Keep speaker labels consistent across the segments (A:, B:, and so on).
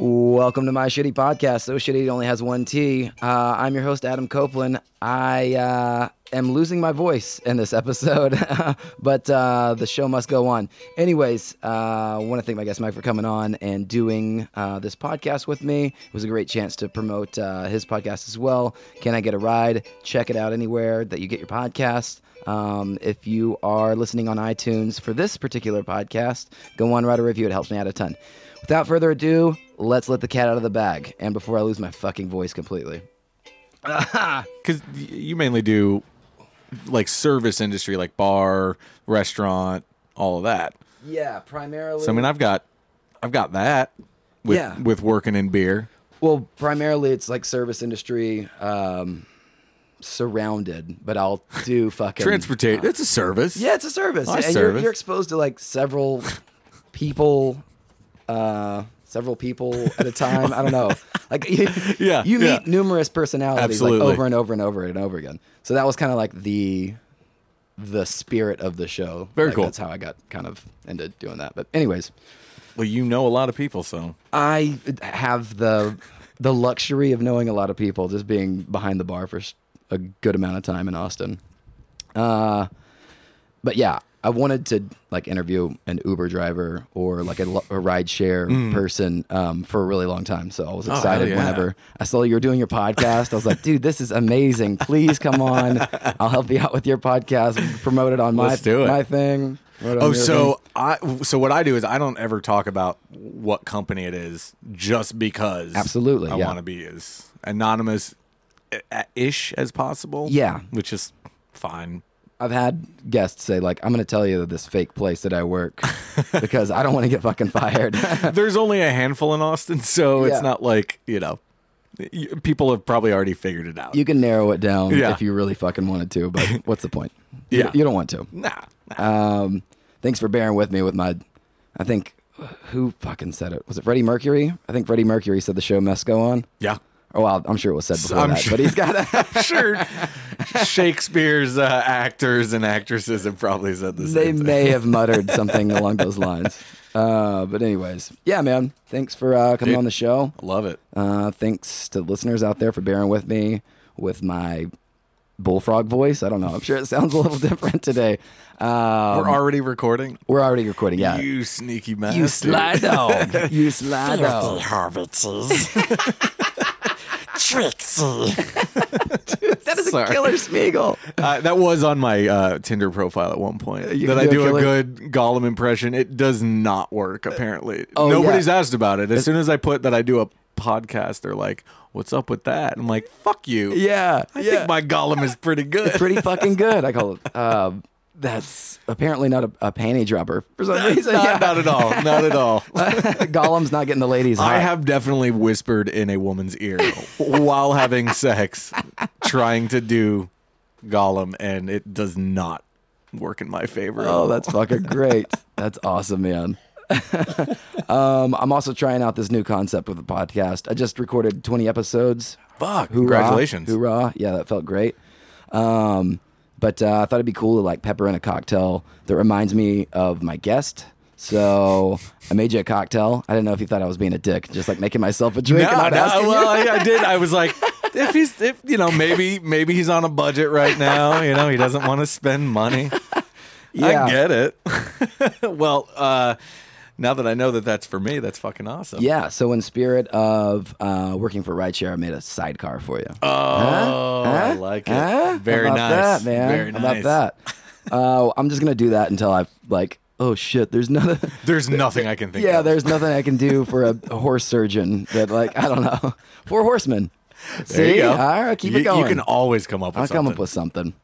A: Welcome to my shitty podcast. So shitty it only has one T. Uh, I'm your host Adam Copeland. I uh, am losing my voice in this episode, but uh, the show must go on. Anyways, uh, I want to thank my guest Mike for coming on and doing uh, this podcast with me. It was a great chance to promote uh, his podcast as well. Can I get a ride? Check it out anywhere that you get your podcast. Um, if you are listening on iTunes for this particular podcast, go on, write a review. It helps me out a ton. Without further ado, let's let the cat out of the bag. And before I lose my fucking voice completely,
B: because you mainly do like service industry, like bar, restaurant, all of that.
A: yeah, primarily.
B: So I mean, I've got, I've got that with
A: Yeah.
B: with working in beer.
A: well, primarily it's like service industry um, surrounded, but I'll do fucking
B: Transportation, it's a service.
A: Yeah, it's a service,
B: Oh,
A: and
B: it's
A: You're,
B: service.
A: you're exposed to like several people, uh, several people at a time. I don't know. Like, you,
B: Yeah,
A: you meet
B: yeah.
A: numeralities personalities
B: Absolutely.
A: like over and over and over and over again. So that was kind of like the the spirit of the show.
B: Very
A: Like,
B: cool.
A: That's how I got kind of into doing that. But anyways,
B: Well, you know a lot of people, so
A: I have the the luxury of knowing a lot of people, just being behind the bar for s- a good amount of time in Austin. Uh, but yeah, I wanted to like interview an Uber driver or like a, lo- a ride share person um, for a really long time. So I was
B: Mm. Oh, hell
A: excited
B: yeah.
A: whenever I saw you were doing your podcast. I was like, dude, this is amazing. Please come on. I'll help you out with your podcast. Promote it on my
B: Let's do it.
A: my thing. Promote it on
B: Oh,
A: your thing.
B: so I so what I do is I don't ever talk about what company it is just because
A: Absolutely,
B: I
A: yeah.
B: want to be as anonymous i- ish as possible.
A: Yeah.
B: which is fine.
A: I've had guests say like, "I'm going to tell you this fake place that I work because I don't want to get fucking fired."
B: There's only a handful in Austin, so
A: Yeah.
B: it's not like you know y- people have probably already figured it out.
A: you can narrow it down
B: Yeah.
A: if you really fucking wanted to, but what's the point? You-
B: Yeah.
A: you, don't want to.
B: nah, nah.
A: Um, thanks for bearing with me with my. I think who fucking said it? Was it Freddie Mercury? I think Freddie Mercury said the show must go on.
B: yeah.
A: Oh, well, I'm sure it was said before
B: I'm
A: that,
B: sure-
A: but he's got a.
B: sure Shakespeare's uh, actors and actresses have probably said the
A: they
B: same thing.
A: may have muttered something along those lines. Uh, but anyways, yeah, man. Thanks for uh, coming
B: Dude.
A: on the show.
B: Love it.
A: Uh, thanks to listeners out there for bearing with me with my bullfrog voice. I don't know. I'm sure it sounds a little different today. Uh,
B: We're already recording.
A: we're already recording. Yeah.
B: You sneaky bastard.
A: You sly dog. You sly dog.
C: Harvests. Trixie.
A: That is a
B: Sorry.
A: killer Spiegel.
B: Uh, that was on my uh, Tinder profile at one point.
A: You
B: that
A: can
B: I
A: do a
B: do
A: killer-
B: a good Gollum impression. It does not work, apparently.
A: oh,
B: Nobody's
A: yeah.
B: asked about it. As soon as I put that I do a podcast, they're like, what's up with that? I'm like, fuck you.
A: Yeah.
B: I
A: yeah.
B: think my Gollum is pretty good.
A: Pretty fucking good. I call it. Um, that's apparently not a, a panty dropper for some reason.
B: not,
A: Yeah.
B: not at all. Not at all.
A: Gollum's not getting the ladies.
B: I
A: hot.
B: have definitely whispered in a woman's ear while having sex, trying to do Gollum, and it does not work in my favor. at
A: Oh,
B: all.
A: that's fucking great. That's awesome, man. um, I'm also trying out this new concept with the podcast. I just recorded 20 episodes. Hoorah,
B: fuck! Congratulations.
A: Hoorah. Yeah, that felt great. Um, but uh, I thought it'd be cool to like pepper in a cocktail that reminds me of my guest. So I made you a cocktail. I didn't know if you thought I was being a dick, just like making myself a drink.
B: No,
A: and not
B: no,
A: asking
B: well,
A: you.
B: I, I did. I was like, if he's, if you know, maybe, maybe he's on a budget right now. You know, he doesn't want to spend money.
A: Yeah.
B: I get it. well, uh, now that I know that that's for me, that's fucking awesome.
A: Yeah. So in spirit of uh, working for Rideshare, I made a sidecar for you.
B: Oh, I
A: Huh?
B: like it.
A: Huh?
B: Very
A: How about
B: nice,
A: that, man.
B: Very
A: How
B: nice.
A: about that? Uh, I'm just gonna do that until I've like, oh shit, there's nothing.
B: There's nothing I can think.
A: yeah,
B: of.
A: there's nothing I can do for a horse surgeon. That like, I don't know. Four horsemen.
B: There
A: See?
B: you go.
A: All right, keep
B: You-
A: it going.
B: You can always come up with
A: I'll
B: something.
A: come up with something.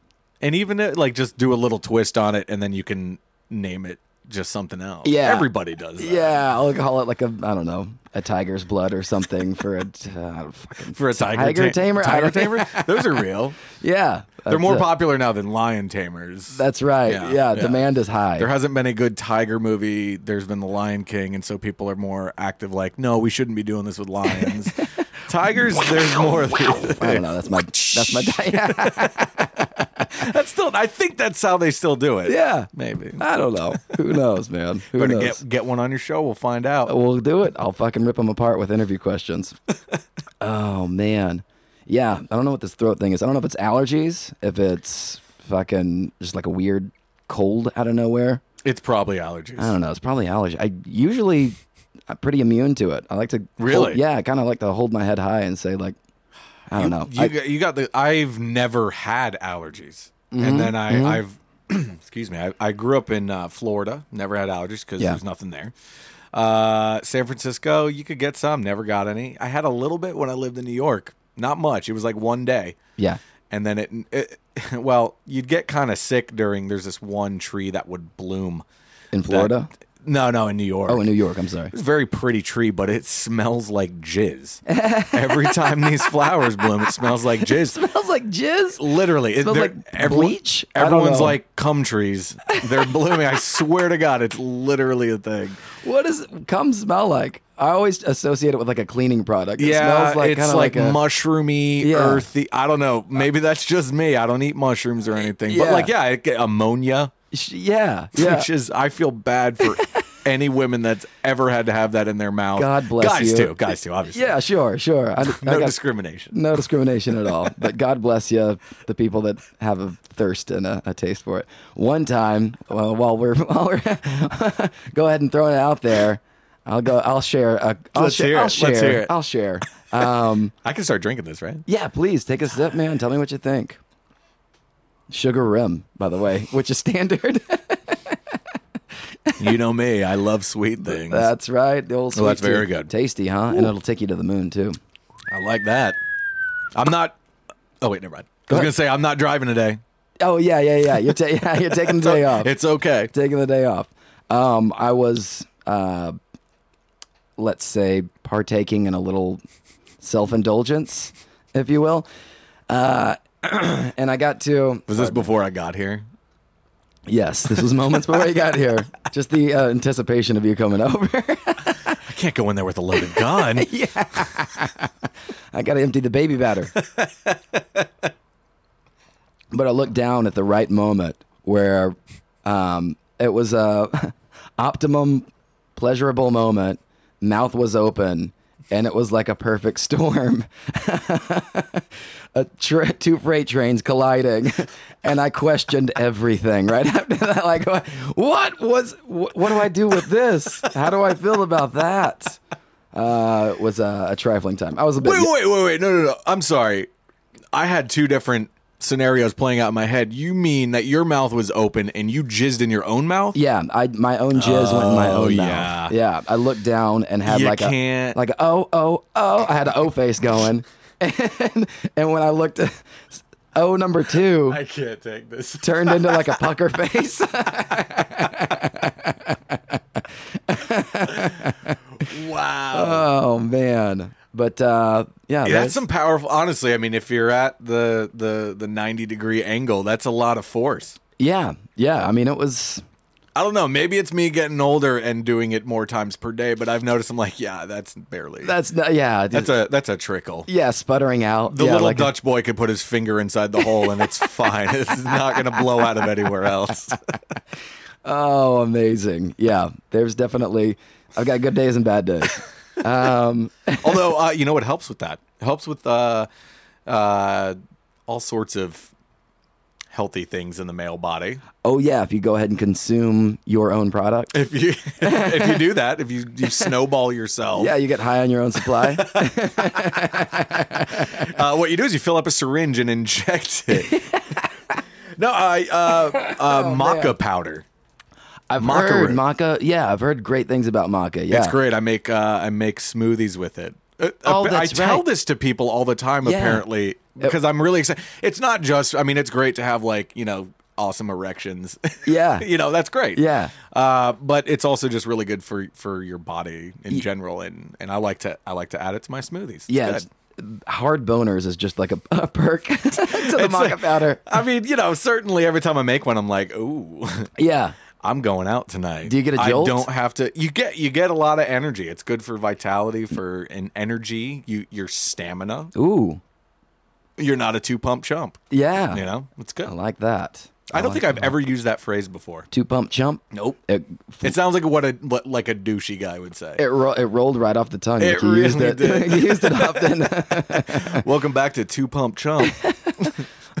B: And even uh, like just do a little twist on it and then you can name it just something else.
A: Yeah.
B: Everybody does that.
A: Yeah, I'll call it like a I don't know a tiger's blood or something for a t- uh, fucking
B: For a tiger,
A: Tiger
B: ta-
A: tamer? I
B: Tiger
A: don't-
B: tamer? Those are real.
A: yeah.
B: They're
A: that's
B: more
A: it.
B: popular now than lion tamers.
A: That's right. Yeah,
B: Yeah, yeah.
A: demand is high.
B: there hasn't been a good tiger movie. There's been The Lion King, and so people are more active. Like, no, we shouldn't be doing this with lions. Tigers, there's more.
A: I don't know. That's my that's my
B: That's still. I think that's how they still do it.
A: Yeah.
B: maybe.
A: I don't know. Who knows, man? Who
B: Better
A: knows? Oh.
B: get get one on your show. We'll find out.
A: We'll do it. I'll fucking rip them apart with interview questions. oh man, yeah. I don't know what this throat thing is. I don't know if it's allergies, if it's fucking just like a weird cold out of nowhere.
B: It's probably allergies.
A: I don't know. It's probably allergy. I usually I'm pretty immune to it. I like to hold-
B: Really?
A: yeah. I kind of like to hold my head high and say like, I don't know.
B: You,
A: I-
B: got- you got the. I've never had allergies,
A: Mm-hmm.
B: and then I, I've excuse me. I, I grew up in uh, Florida, never had allergies because
A: Yeah.
B: there's nothing there. Uh, San Francisco, you could get some. Never got any. I had a little bit when I lived in New York. Not much. It was like one day.
A: yeah.
B: and then it, it well you'd get kind of sick during there's this one tree that would bloom
A: In Florida.
B: That- no no in new york
A: oh, in New York. I'm sorry.
B: it's a very pretty tree but it smells like jizz every time these flowers bloom it smells like jizz
A: smells like jizz.
B: literally it
A: Smells
B: they're-
A: like
B: everyone-
A: bleach? I don't
B: everyone's
A: know.
B: like cum trees they're blooming i swear to god it's literally a thing
A: What does cum smell like? I always associate it with like a cleaning product. It smells like
B: it's
A: kind of
B: like,
A: like, a,
B: mushroomy,
A: Yeah.
B: earthy. I don't know. Maybe that's just me. I don't eat mushrooms or anything.
A: Yeah.
B: But like, yeah, I get ammonia.
A: sh- yeah, yeah.
B: which is I feel bad for any women that's ever had to have that in their mouth.
A: God bless
B: guys
A: you.
B: too, guys too, obviously.
A: Yeah, sure, sure. I,
B: no
A: I got
B: discrimination.
A: no discrimination at all. But God bless you, the people that have a thirst and a, a taste for it. One time, well, while we're while we're go ahead and throw it out there. I'll go. I'll share. A, I'll
B: Let's
A: share.
B: hear it.
A: I'll
B: Let's
A: share.
B: hear it.
A: I'll share. Um,
B: I can start drinking this, right?
A: yeah, please take a sip, man. Tell me what you think. Sugar rim, by the way, which is standard.
B: You know me, I love sweet things.
A: That's right. The old sweet
B: Well, that's very
A: tooth.
B: good.
A: Tasty, huh? And it'll take you to the moon too.
B: I like that. I'm not. Oh wait, never mind. I was
A: ahead.
B: gonna say I'm not driving today.
A: Oh yeah, yeah, yeah. You're, ta- yeah, you're taking the day off.
B: It's okay.
A: Taking the day off. Um, I was, uh, let's say, partaking in a little self-indulgence, if you will. Uh, and I got to
B: Was this before I got here?
A: yes, this was moments before you got here. Just the uh, anticipation of you coming over.
B: I can't go in there with a loaded gun.
A: I got to empty the baby batter. but I looked down at the right moment where um, it was a optimum pleasurable moment. Mouth was open, and it was like a perfect storm. a tra- two freight trains colliding, and I questioned everything right after that. Like, what was? Wh- what do I do with this? How do I feel about that? Uh, it was a, a trifling time. I was a bit.
B: Wait, wait, wait, wait. No, no, no. I'm sorry. I had two different scenarios playing out in my head. You mean that your mouth was open and you jizzed in your own mouth?
A: Yeah, I my own jizz went in my
B: Oh,
A: own
B: yeah.
A: mouth. Yeah, I looked down and had
B: You
A: like
B: can't-
A: a like a, oh oh oh. I had an O face going, and and when I looked, O number two
B: I can't take this.
A: turned into like a pucker face.
B: Wow.
A: oh man, but uh, yeah,
B: Yeah, that's some powerful. Honestly, I mean, if you're at the the the 90 degree angle, that's a lot of force.
A: yeah, yeah. I mean, it was
B: I don't know. Maybe it's me getting older and doing it more times per day, but I've noticed I'm like, yeah, that's barely.
A: that's not yeah.
B: that's a that's a trickle.
A: yeah, sputtering out.
B: The
A: yeah,
B: little
A: like a-
B: Dutch boy could put his finger inside the hole and it's fine. It's not going to blow out of anywhere else.
A: Oh, amazing. Yeah, there's definitely. I've got good days and bad days. Um,
B: Although, uh, you know what helps with that? It helps with uh, uh, all sorts of healthy things in the male body.
A: oh yeah, if you go ahead and consume your own product.
B: If you if you do that, if you, you snowball yourself,
A: Yeah, you get high on your own supply.
B: uh, what you do is you fill up a syringe and inject it. no, I uh, uh,
A: Oh,
B: maca powder.
A: I've
B: Maca
A: heard
B: root.
A: maca. Yeah, I've heard great things about maca. Yeah,
B: It's great. I make uh, I make smoothies with it. Uh,
A: Oh,
B: I
A: that's
B: tell
A: right.
B: this to people all the time.
A: Yeah.
B: Apparently, because I'm really excited. It's not just. I mean, it's great to have like you know awesome erections.
A: Yeah.
B: you know that's great.
A: Yeah.
B: Uh, but it's also just really good for for your body in general, and and I like to I like to add it to my smoothies. It's
A: Yeah,
B: good.
A: it's, hard boners is just like a, a perk to the
B: like-
A: maca powder.
B: I mean, you know, certainly every time I make one, I'm like, ooh,
A: Yeah,
B: I'm going out tonight.
A: Do you get a
B: I
A: jolt?
B: don't have to. You get you get a lot of energy. It's good for vitality, for an energy, you your stamina.
A: ooh,
B: You're not a two pump chump.
A: Yeah.
B: You know, it's good.
A: I like that.
B: I don't think I've ever used that phrase before.
A: Two pump chump.
B: Nope.
A: It,
B: It sounds like what a what, like a douchey guy would say.
A: it, ro- it rolled right off the tongue.
B: It
A: like you used
B: really
A: it.
B: did.
A: you used it often.
B: Welcome back to Two Pump Chump.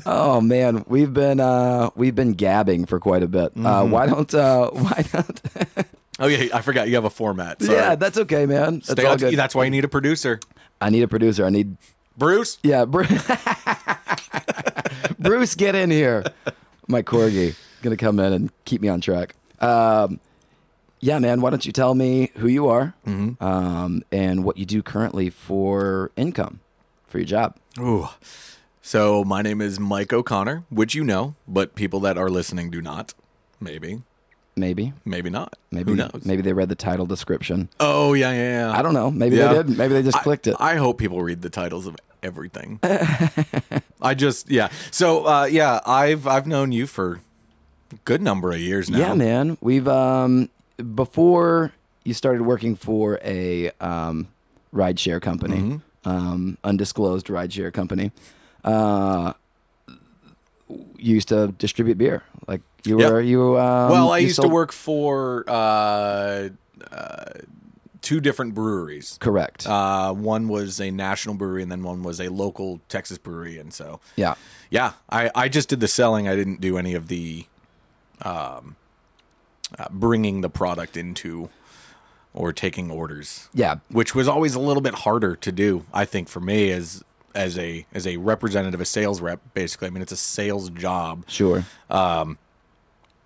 A: oh man, we've been uh, we've been gabbing for quite a bit. Uh,
B: Mm-hmm.
A: why don't uh, why don't?
B: oh yeah, I forgot you have a format. Sorry.
A: yeah, that's okay, man. That's
B: Stay
A: all
B: on-
A: good.
B: that's why you need a producer.
A: I need a producer. I need
B: Bruce,
A: yeah. Bru- Bruce, get in here. My corgi gonna come in and keep me on track. Um, yeah, man. Why don't you tell me who you are
B: Mm-hmm.
A: um, and what you do currently for income for your job?
B: Ooh. So my name is Mike O'Connor, which you know, but people that are listening do not. Maybe,
A: Maybe,
B: maybe not.
A: maybe,
B: Who knows?
A: maybe they read the title description.
B: Oh yeah, yeah. yeah.
A: I don't know. Maybe
B: Yeah.
A: they did. Maybe they just
B: I-
A: clicked it.
B: I hope people read the titles of everything. I just yeah. So uh, yeah, I've I've known you for a good number of years now.
A: Yeah, man. We've um before you started working for a um rideshare company,
B: Mm-hmm.
A: um undisclosed rideshare company. Uh you used to distribute beer. Like you
B: Yep.
A: were you um,
B: Well, I
A: you
B: used
A: sold-
B: to work for uh, uh, two different breweries.
A: correct.
B: Uh, one was a national brewery, and then one was a local Texas brewery. And so,
A: yeah.
B: yeah, I, I just did the selling. I didn't do any of the um, uh, bringing the product into or taking orders.
A: Yeah.
B: which was always a little bit harder to do. I think for me as as a as a representative, a sales rep, basically. I mean, it's a sales job.
A: Sure.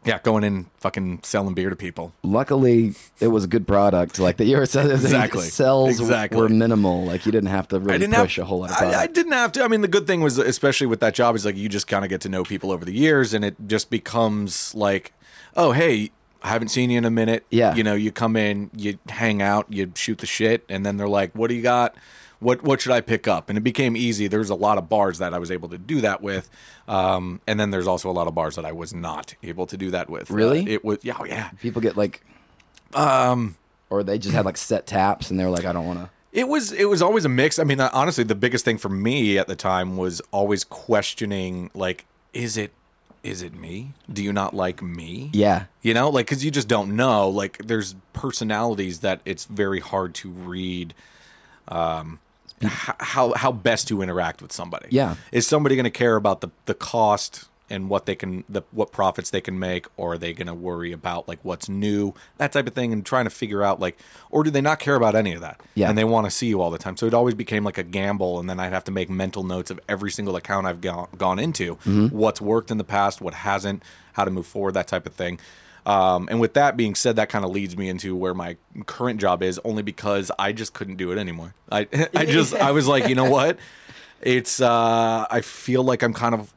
B: Yeah, going in, fucking selling beer to people.
A: Luckily, it was a good product. Like the year
B: Exactly.
A: sales
B: Exactly.
A: were minimal. Like you didn't have to
B: I
A: really
B: didn't
A: push
B: have
A: a whole lot of product.
B: I, I didn't have to. I mean, the good thing was, especially with that job, is like you just kind of get to know people over the years, and it just becomes like, oh hey, I haven't seen you in a minute.
A: Yeah.
B: you know, you come in, you hang out, you shoot the shit, and then they're like, what do you got? What what should I pick up? And it became easy. There's a lot of bars that I was able to do that with, um, and then there's also a lot of bars that I was not able to do that with.
A: Really?
B: Uh, it was yeah, oh, yeah.
A: people get like um or they just had like set taps and they were like i don't want to
B: It was it was always a mix. I mean, uh, honestly, the biggest thing for me at the time was always questioning like, is it is it me? Do you not like me?
A: yeah
B: You know, like because you just don't know. Like, there's personalities that it's very hard to read. Um, h- how how best to interact with somebody?
A: Yeah.
B: is somebody going to care about the the cost and what they can the what profits they can make, or are they going to worry about like what's new that type of thing, and trying to figure out like, or do they not care about any of that?
A: Yeah.
B: and they want to see you all the time. So it always became like a gamble, and then I'd have to make mental notes of every single account I've gone gone into, what's worked in the past, what hasn't, how to move forward, that type of thing. Um, and with that being said, that kind of leads me into where my current job is, only because I just couldn't do it anymore. I I just I was like, you know what? It's uh, I feel like I'm kind of,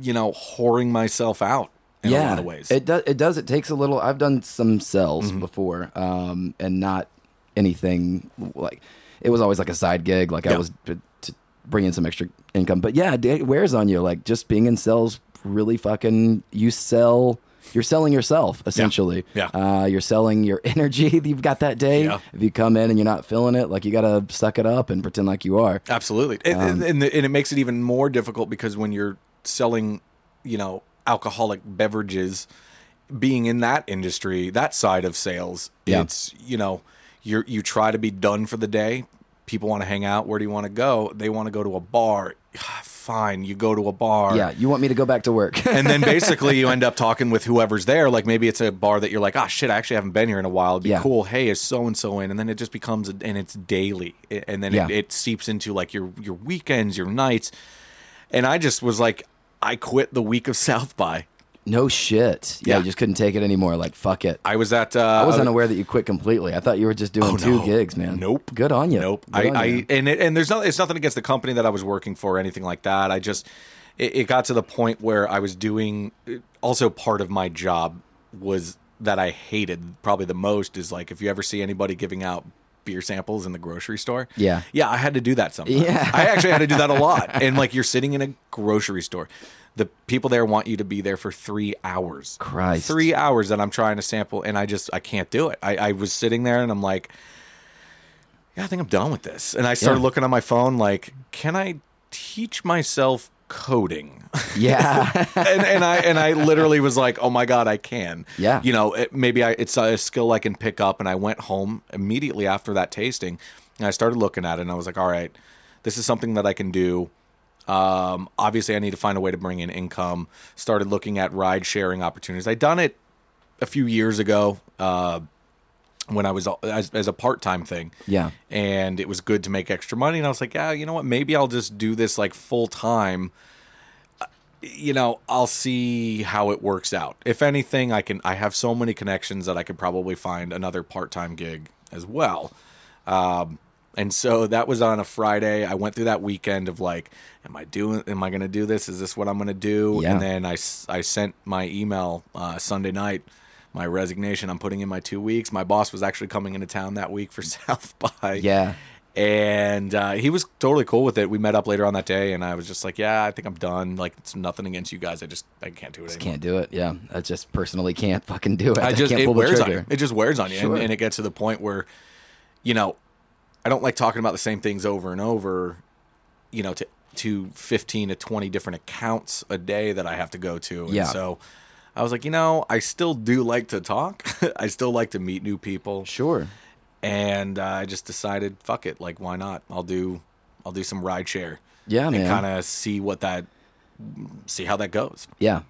B: you know, whoring myself out in
A: yeah
B: a lot of ways.
A: it does it does it takes a little i've done some cells before um and not anything like it was always like a side gig like i
B: Yeah.
A: was to to bring in some extra income but yeah it wears on you like just being in cells really fucking you sell you're selling yourself essentially
B: Yeah.
A: Uh, you're selling your energy that you've got that day
B: Yeah.
A: if you come in and you're not feeling it like you gotta suck it up and pretend like you are
B: Absolutely, and, and-
A: Um,
B: and, the- and it makes it even more difficult because when you're selling, you know, alcoholic beverages, being in that industry, that side of sales,
A: Yeah.
B: it's you know, you you try to be done for the day. People want to hang out. Where do you want to go? They want to go to a bar. Fine, you go to a bar.
A: Yeah, you want me to go back to work.
B: and then basically you end up talking with whoever's there. Like maybe it's a bar that you're like, ah, shit, I actually haven't been here in a while. It'd be
A: Yeah.
B: cool. Hey, is so and so in? And then it just becomes, and it's daily, and then
A: Yeah.
B: it, it seeps into like your your weekends, your nights. And I just was like, I quit the week of South by.
A: no shit. Yeah,
B: Yeah.
A: you just couldn't take it anymore. Like, fuck it.
B: I was at. Uh, Oh,
A: I was unaware that you quit completely. I thought you were just doing two
B: no.
A: gigs, man.
B: Nope.
A: Good on you.
B: Nope.
A: Good
B: I,
A: on you.
B: I and it, and there's no it's nothing against the company that I was working for or anything like that. I just it, it got to the point where I was doing also part of my job was that I hated probably the most is like if you ever see anybody giving out beer samples in the grocery store.
A: Yeah.
B: Yeah, I had to do that sometimes.
A: Yeah.
B: I actually had to do that a lot. And like you're sitting in a grocery store. The people there want you to be there for three hours.
A: Christ.
B: Three hours that I'm trying to sample and I just I can't do it. I, I was sitting there and I'm like, yeah, I think I'm done with this. And I started
A: Yeah.
B: looking on my phone, like, can I teach myself coding.
A: Yeah.
B: and, and I and I literally was like, oh my god, I can.
A: Yeah.
B: You know, it, maybe I, it's a skill I can pick up. And I went home immediately after that tasting, and I started looking at it, and I was like, all right, this is something that I can do. Um, obviously, I need to find a way to bring in income. Started looking at ride sharing opportunities. I'd done it a few years ago uh, when I was as, as a part time thing
A: yeah.
B: and it was good to make extra money. And I was like, yeah, you know what? Maybe I'll just do this like full time. Uh, You know, I'll see how it works out. If anything, I can. I have so many connections that I could probably find another part time gig as well. Um, and so that was on a Friday. I went through that weekend of like, am I doing? Am I going to do this? Is this what I'm going to do?
A: Yeah.
B: And then I, s- I sent my email uh, Sunday night, my resignation. I'm putting in my two weeks. My boss was actually coming into town that week for South by.
A: Yeah.
B: And uh, he was totally cool with it. We met up later on that day, and I was just like, "Yeah, I think I'm done. Like, it's nothing against you guys. I just I can't do it anymore.
A: Can't do it. Yeah. I just personally can't fucking do it.
B: I just
A: can't
B: it
A: pull the
B: wears on
A: trigger.
B: you. It just wears on you,
A: Sure.
B: and, and it gets to the point where, you know, I don't like talking about the same things over and over. You know, to to fifteen to twenty different accounts a day that I have to go to, and
A: Yeah.
B: so I was like, you know, I still do like to talk. I still like to meet new people,
A: Sure.
B: and uh, I just decided, fuck it, like why not? I'll do I'll do some ride share,
A: Yeah,
B: and
A: man.
B: kind of see what that see how that goes.
A: Yeah.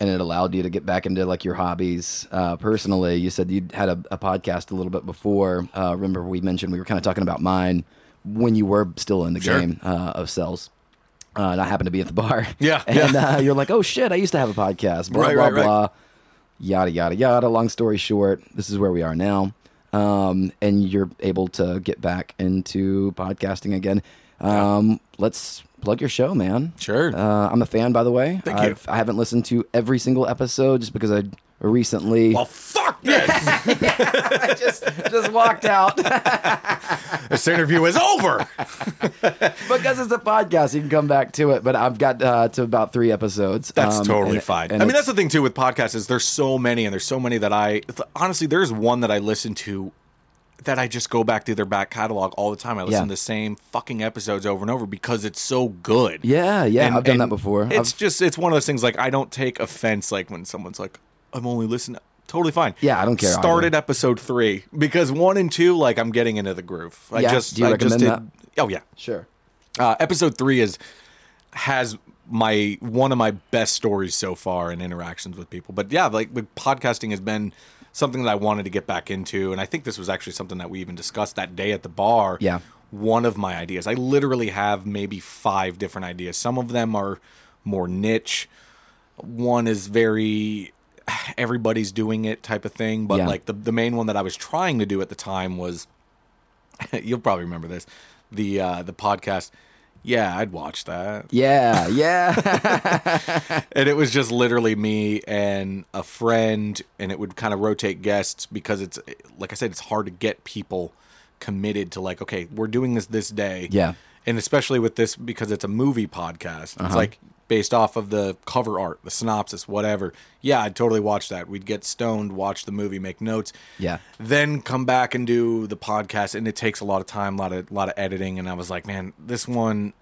A: And it allowed you to get back into like your hobbies uh, personally. You said you had a, a podcast a little bit before. Uh, remember, we mentioned we were kind of talking about mine when you were still in the
B: Sure.
A: game uh, of cells. Uh, and I happened to be at the bar.
B: Yeah,
A: And Uh, you're like, oh shit, I used to have a podcast. Blah,
B: Right,
A: blah,
B: right, right.
A: blah. Yada, yada, yada. Long story short, this is where we are now. Um, and you're able to get back into podcasting again. Um, Let's plug your show, man.
B: Sure.
A: Uh, I'm a fan, by the way.
B: Thank you.
A: I've, I haven't listened to every single episode just because I recently
B: well, Oh, fuck this.
A: just just walked out
B: this interview is over.
A: because it's a podcast. You can come back to it, but I've got uh, to about three episodes.
B: That's
A: Um,
B: totally
A: and-
B: fine.
A: and
B: I mean,
A: it's-
B: that's the thing too with podcasts is there's so many and there's so many that I th- honestly there's one that I listen to that I just go back through their back catalog all the time. I listen
A: Yeah.
B: to the same fucking episodes over and over because it's so good.
A: yeah, yeah.
B: And-
A: I've done
B: and
A: that before. I've-
B: It's just it's one of those things like I don't take offense like when someone's like I'm only listening. Totally fine.
A: Yeah, I don't care
B: Started episode three because one and two like I'm getting into the groove. I
A: Yeah.
B: just
A: Do you
B: I just
A: recommend
B: did.
A: that?
B: Oh yeah,
A: sure.
B: uh, episode three is has my one of my best stories so far in interactions with people. But yeah, like with podcasting has been something that I wanted to get back into, and I think this was actually something that we even discussed that day at the bar.
A: Yeah.
B: one of my ideas. I literally have maybe five different ideas. Some of them are more niche. One is very everybody's doing it type of thing. But
A: Yeah.
B: like the the main one that I was trying to do at the time was you'll probably remember this the uh the podcast yeah i'd watch that
A: Yeah, yeah,
B: and it was just literally me and a friend and it would kind of rotate guests because it's like i said it's hard to get people committed to like okay we're doing this this day
A: Yeah.
B: and especially with this because it's a movie podcast
A: Uh-huh.
B: it's like based off of the cover art the synopsis whatever yeah i'd totally watch that we'd get stoned watch the movie make notes
A: yeah.
B: then come back and do the podcast and it takes a lot of time a lot of lot of editing and i was like man this one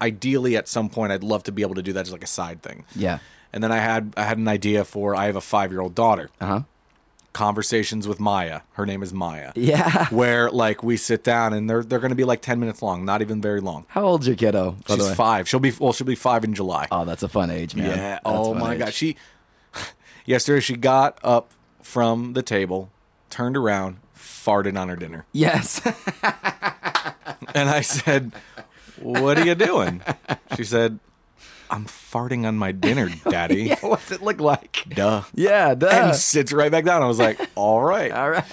B: ideally at some point i'd love to be able to do that as like a side thing
A: Yeah.
B: and then i had i had an idea for i have a five year old daughter
A: Uh-huh.
B: conversations with maya her name is maya
A: Yeah.
B: where like we sit down and they're they're gonna be like 10 minutes long not even very long
A: How old's your kiddo? By the
B: she's
A: way?
B: five she'll be well she'll be five in july
A: Oh, that's a fun age, man.
B: yeah.
A: That's
B: Oh
A: a fun
B: my
A: age.
B: god. She yesterday she got up from the table, turned around, farted on her dinner.
A: Yes.
B: And I said, "What are you doing?" She said, "I'm farting on my dinner, daddy."
A: What's it look like?
B: Duh.
A: Yeah. Duh.
B: And sits right back down. I was like, "All right."
A: All right.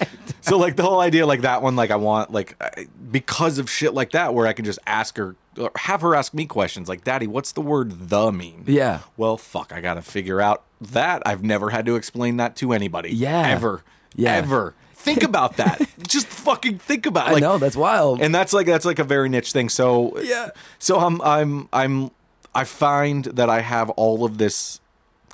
B: so like the whole idea like that one like i want like I- because of shit like that where i can just ask her or have her ask me questions like daddy what's the word the mean
A: Yeah.
B: well fuck i gotta figure out that i've never had to explain that to anybody
A: Yeah.
B: ever
A: Yeah.
B: ever think about that just fucking think about it.
A: I
B: like
A: know that's wild.
B: and that's like that's like a very niche thing so
A: Yeah.
B: so i'm i'm i'm i find that i have all of this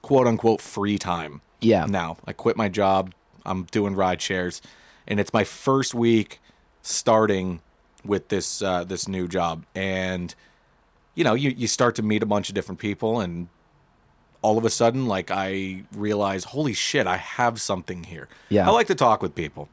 B: quote unquote free time
A: Yeah.
B: now i quit my job i'm doing ride shares and it's my first week starting with this uh this new job and you know, you, you start to meet a bunch of different people and all of a sudden, like I realize, holy shit, I have something here.
A: Yeah.
B: I like to talk with people.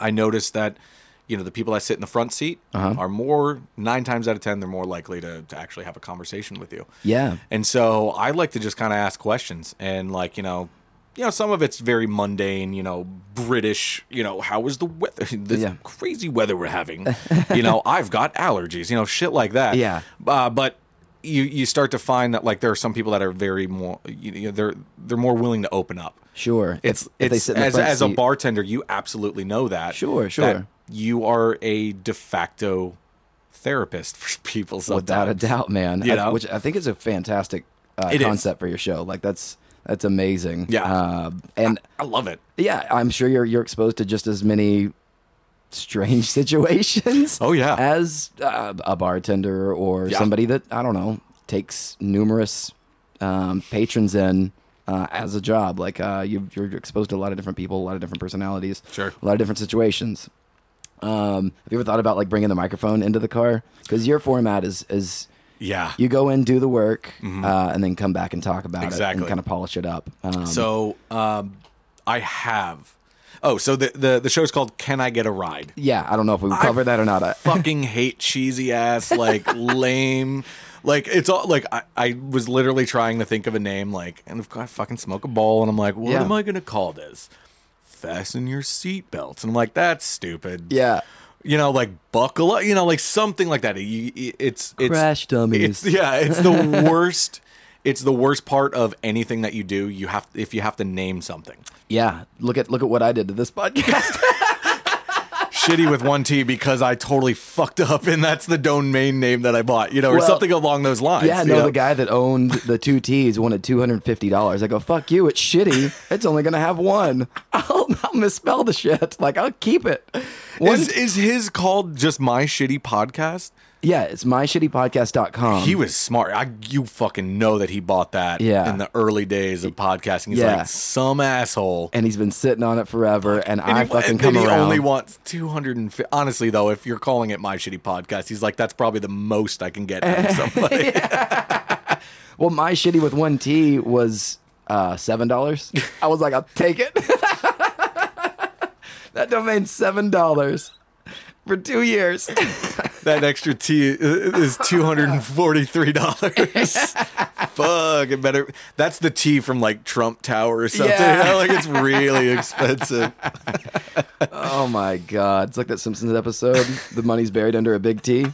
B: I notice that, you know, the people that sit in the front seat
A: Uh-huh.
B: are more nine times out of ten, they're more likely to, to actually have a conversation with you.
A: Yeah.
B: And so I like to just kind of ask questions and like, you know, you know, some of it's very mundane, you know, British, you know, how is the weather? This
A: Yeah.
B: crazy weather we're having. you know, I've got allergies, you know, shit like that.
A: Yeah.
B: Uh, but you you start to find that like there are some people that are very more you know, they're they're more willing to open up.
A: Sure.
B: It's
A: if, if they
B: it's-
A: sit in the
B: as
A: front
B: as a
A: seat-
B: bartender, you absolutely know that.
A: Sure,
B: that
A: sure.
B: you are a de facto therapist for people sometimes.
A: without a doubt, man.
B: You
A: I-
B: know?
A: which I think is a fantastic uh,
B: It is.
A: concept for your show. Like that's that's amazing.
B: Yeah.
A: Uh, and
B: I love it.
A: yeah, I'm sure you're you're exposed to just as many strange situations.
B: Oh, yeah.
A: as uh, a bartender or
B: Yeah.
A: somebody that I don't know takes numerous um, patrons in. Uh, as a job, like uh, you, you're exposed to a lot of different people, a lot of different personalities,
B: Sure.
A: a lot of different situations. Um, have you ever thought about like bringing the microphone into the car? Because your format is is
B: Yeah.
A: you go in, do the work, uh, and then come back and talk about it
B: Mm-hmm. Exactly.
A: and kind of polish it up. Um,
B: So um, I have. Oh, so the, the the show's called "Can I Get a Ride?"
A: yeah, I don't know if we covered that or not. I,
B: Fucking hate cheesy ass like lame. Like it's all like I, I was literally trying to think of a name like and of course I fucking smoke a bowl and I'm like what
A: Yeah.
B: am I gonna call this? Fasten your seatbelts and I'm like that's stupid.
A: yeah,
B: You know like buckle up. You know like something like that. You- you- it's it's
A: Crash dummies.
B: It's yeah. It's the worst. It's the worst part of anything that you do. You have if you have to name something.
A: yeah. Look at look at what I did to this podcast.
B: shitty with one T because I totally fucked up, and that's the domain name that I bought, you know, or
A: Well,
B: something along those lines.
A: yeah,
B: you
A: no,
B: know?
A: the guy that owned the two T's wanted two hundred and fifty dollars. I go, fuck you. It's shitty. It's only gonna have one. I'll, I'll misspell the shit. Like I'll keep it. One,
B: Is, is his called just my shitty podcast?
A: yeah, it's myshittypodcast.com.
B: He was smart. I, you fucking know that he bought that
A: Yeah.
B: in the early days of podcasting. He's
A: Yeah.
B: like some asshole.
A: and he's been sitting on it forever, and,
B: And
A: I
B: he-
A: fucking
B: and
A: come
B: then he
A: around.
B: only wants 250. Honestly, though, if you're calling it my shitty podcast, he's like, that's probably the most I can get out of somebody.
A: Well, my shitty with one T was uh, seven dollars. I was like, I'll take it. that domain's seven dollars for two years.
B: That extra T is two hundred and forty-three dollars. Fuck, it better. That's the T from like Trump Tower or something.
A: Yeah.
B: You know, like it's really expensive.
A: oh my god! It's like that Simpsons episode. The money's buried under a big T.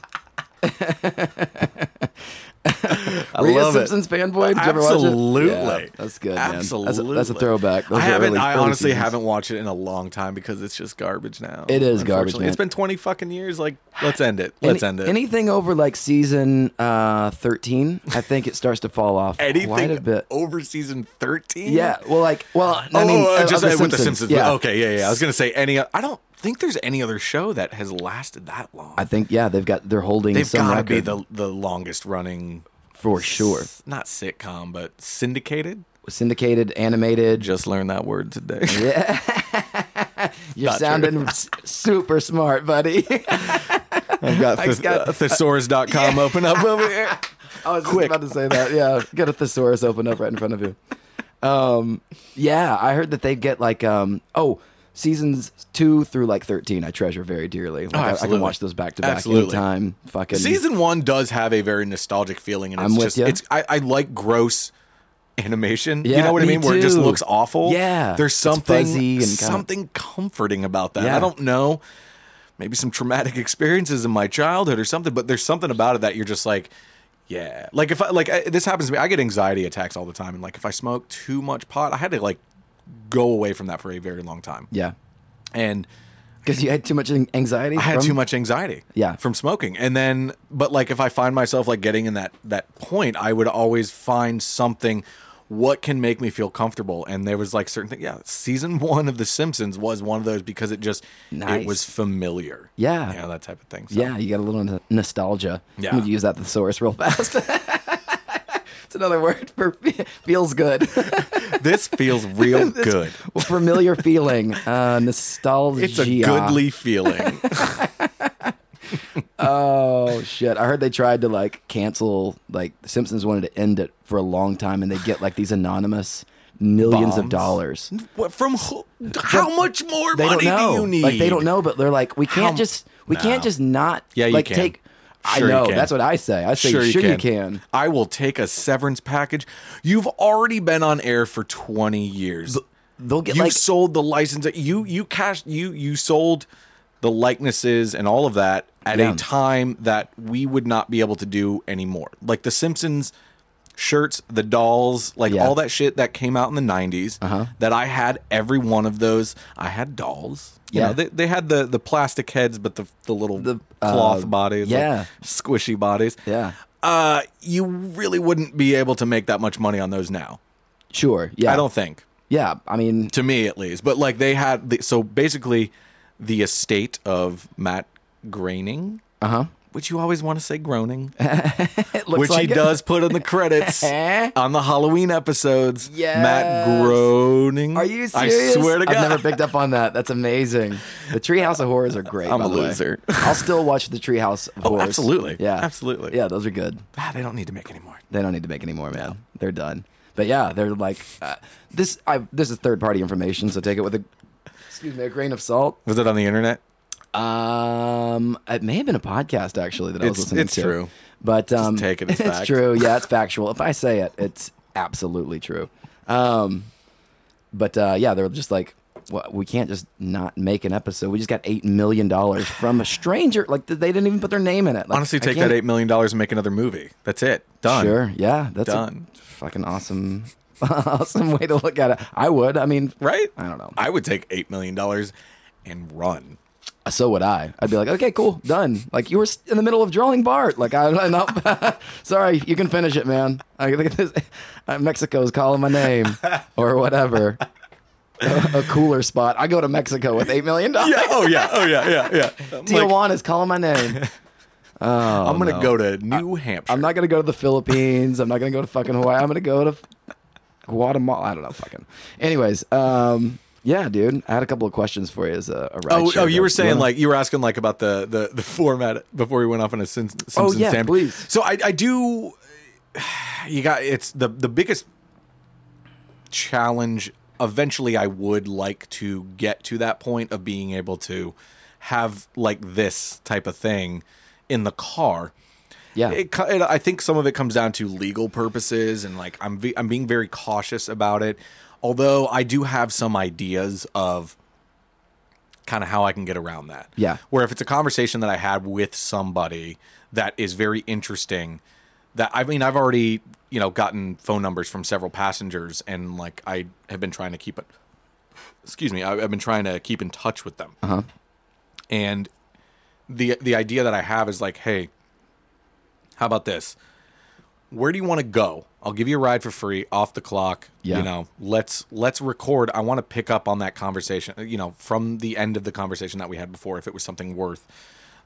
B: I
A: Were you a
B: love it.
A: Simpsons fanboy? Did you ever watch it?
B: Absolutely,
A: Yeah, that's good. man. That's a-
B: Absolutely,
A: That's a, throwback. Those
B: I
A: are
B: haven't.
A: early-
B: I
A: early
B: honestly
A: seasons.
B: haven't watched it in a long time because it's just garbage now.
A: It is garbage,
B: unfortunately.
A: man.
B: It's been twenty fucking years. Like, let's end it.
A: Any-
B: Let's end it.
A: Anything over like season uh, thirteen, I think it starts to fall off quite a
B: Anything
A: bit.
B: over season thirteen?
A: Yeah. Well, like, well, I
B: oh,
A: mean,
B: uh,
A: of-
B: just
A: of
B: uh, with the Simpsons.
A: Yeah.
B: Okay, yeah, yeah. I was gonna say any. o- I don't think there's any other show that has lasted that long.
A: I think yeah, they've got they're holding
B: They've
A: some
B: got to
A: record
B: be the the longest running,
A: for sure.
B: s- not sitcom, but syndicated.
A: Syndicated, animated.
B: Just learned that word today.
A: You're
B: Not true.
A: sounding s- super smart, buddy.
B: I've got,
A: I just
B: th-
A: got-
B: uh, thesaurus.com open up over here.
A: I was
B: Quick.
A: just about to say that. Yeah, get a thesaurus open up right in front of you. Um, yeah, I heard that they get like um oh seasons two through like thirteen. I treasure very dearly. Like, I- I,
B: Oh, absolutely.
A: can watch those back to back
B: Absolutely.
A: anytime. Fucking
B: Season one does have a very nostalgic feeling, and it's
A: I'm with
B: just
A: ya.
B: it's. I, I like gross animation. you
A: Yeah,
B: know what I
A: me
B: mean? Where it just
A: too.
B: looks awful.
A: Yeah.
B: there's
A: It's
B: something
A: fuzzy and kinda-
B: something comforting about that.
A: Yeah.
B: I don't know. Maybe some traumatic experiences in my childhood or something, but there's something about it that you're just like, yeah. Like if I like I, this happens to me, I get anxiety attacks all the time, and like if I smoke too much pot, I had to like go away from that for a very long time,
A: yeah,
B: and.
A: because you had too much an- anxiety.
B: I had
A: from-
B: too much anxiety.
A: Yeah.
B: From smoking. And then but like if I find myself like getting in that that point, I would always find something what can make me feel comfortable. And there was like certain things. Yeah, season one of The Simpsons was one of those because it just
A: Nice.
B: it was familiar.
A: Yeah.
B: You know, that type of thing. So.
A: Yeah, you got a little n- nostalgia.
B: Yeah.
A: I'm gonna use that thesaurus real fast. it's another word for fe- feels good.
B: This feels real
A: This-
B: good.
A: Familiar feeling. Uh, nostalgia.
B: It's a goodly feeling.
A: Oh shit! I heard they tried to like cancel. Like The Simpsons wanted to end it for a long time, and they get like these anonymous millions of
B: Bombs?
A: dollars.
B: What, from who, how much more
A: They
B: money
A: don't know.
B: do you need?
A: Like they don't know, but they're like, we can't
B: How-
A: just we can't
B: No.
A: just not.
B: Yeah, you
A: like,
B: can.
A: Take,
B: Sure
A: I
B: you
A: know.
B: can.
A: That's what I say. I say, sure, you can.
B: I will take a severance package. You've already been on air for 20 years.
A: They'll get
B: you
A: like
B: sold the license. You you cashed you you sold the likenesses and all of that at
A: Yeah.
B: a time that we would not be able to do anymore. Like the Simpsons shirts, the dolls, like
A: Yeah. Uh-huh.
B: all that shit that came out in the 90s that I had every one of those. I had dolls. You
A: Yeah.
B: know, they, they had the the plastic heads but the the little
A: The,
B: cloth
A: uh,
B: bodies, like,
A: yeah.
B: squishy bodies.
A: Yeah.
B: Uh, you really wouldn't be able to make that much money on those now.
A: sure. Yeah,
B: I don't think
A: Yeah, I mean,
B: to me at least. But like they had, the, so basically, the estate of Matt Groening,
A: uh huh.
B: which you always want to say groaning,
A: It looks
B: which
A: like
B: he
A: it. Eh?
B: does put in the credits on the Halloween episodes.
A: Yes.
B: Matt Groening.
A: Are you serious?
B: I swear to God,
A: I've never picked up on that. That's amazing. The Treehouse of Horrors are great.
B: I'm
A: by
B: a
A: the way.
B: loser. Oh,
A: I'll still watch the Treehouse of Horrors.
B: absolutely.
A: Yeah,
B: Absolutely.
A: Yeah, those are good.
B: Ah, they don't need to make any more.
A: They don't need to make any more, man. They're done. But yeah, they're like uh, this. I this is third party information, so take it with a excuse me a grain of salt.
B: Was it on the internet?
A: Um, it may have been a podcast actually that I was
B: It's-
A: listening
B: it's
A: to.
B: true.
A: but um,
B: take it as
A: it's
B: fact.
A: true. Yeah, it's factual. If I say it, it's absolutely true. Um, but uh, yeah, they're just like, well, we can't just not make an episode. We just got eight million dollars from a stranger. Like th- they didn't even put their name in it. Like,
B: Honestly,
A: I
B: take
A: can't-
B: that $8 million and make another movie. That's it. Done.
A: Sure. Yeah, that's
B: Done.
A: A fucking awesome, awesome way to look at it. I would. I mean,
B: Right?
A: I don't know.
B: I would take $8 million and run.
A: so would I. I'd be like, okay, cool, done. Like you were s- in the middle of drawing Bart. Like I, I no, sorry, you can finish it, man. I look at this. Uh, Mexico's calling my name or whatever. a, a cooler spot. I go to Mexico with eight million dollars.
B: Yeah. Oh yeah. Oh yeah. Yeah. Yeah. I'm, like, oh,
A: Tijuana's calling my name.
B: I'm gonna go to New Hampshire.
A: I'm not gonna go to the Philippines. I'm not gonna go to fucking Hawaii. I'm gonna go to Guatemala. I don't know, fucking. Anyways, um, yeah, dude. I had a couple of questions for you as a, a
B: Oh,
A: rideshare
B: oh, you were
A: guy.
B: saying
A: wanna-
B: like you were asking like about the the, the format before we went off on a Sim- Simpsons
A: Oh, yeah,
B: tangent.
A: please.
B: So I I do. You got it's the the biggest challenge. Eventually, I would like to get to that point of being able to have like this type of thing in the car.
A: yeah,
B: it, co- it, I think some of it comes down to legal purposes, and like I'm ve- I'm being very cautious about it. Although I do have some ideas of kind of how I can get around that.
A: Yeah.
B: Where if it's a conversation that I had with somebody that is very interesting, that I mean I've already you know gotten phone numbers from several passengers, and like I have been trying to keep it. Excuse me, I- I've been trying to keep in touch with them. Uh-huh. And the the idea that I have is like, hey, how about this? Where do you want to go? I'll give you a ride for free, off the clock.
A: Yeah.
B: You know, let's let's record. I want to pick up on that conversation. You know, from the end of the conversation that we had before, if it was something worth.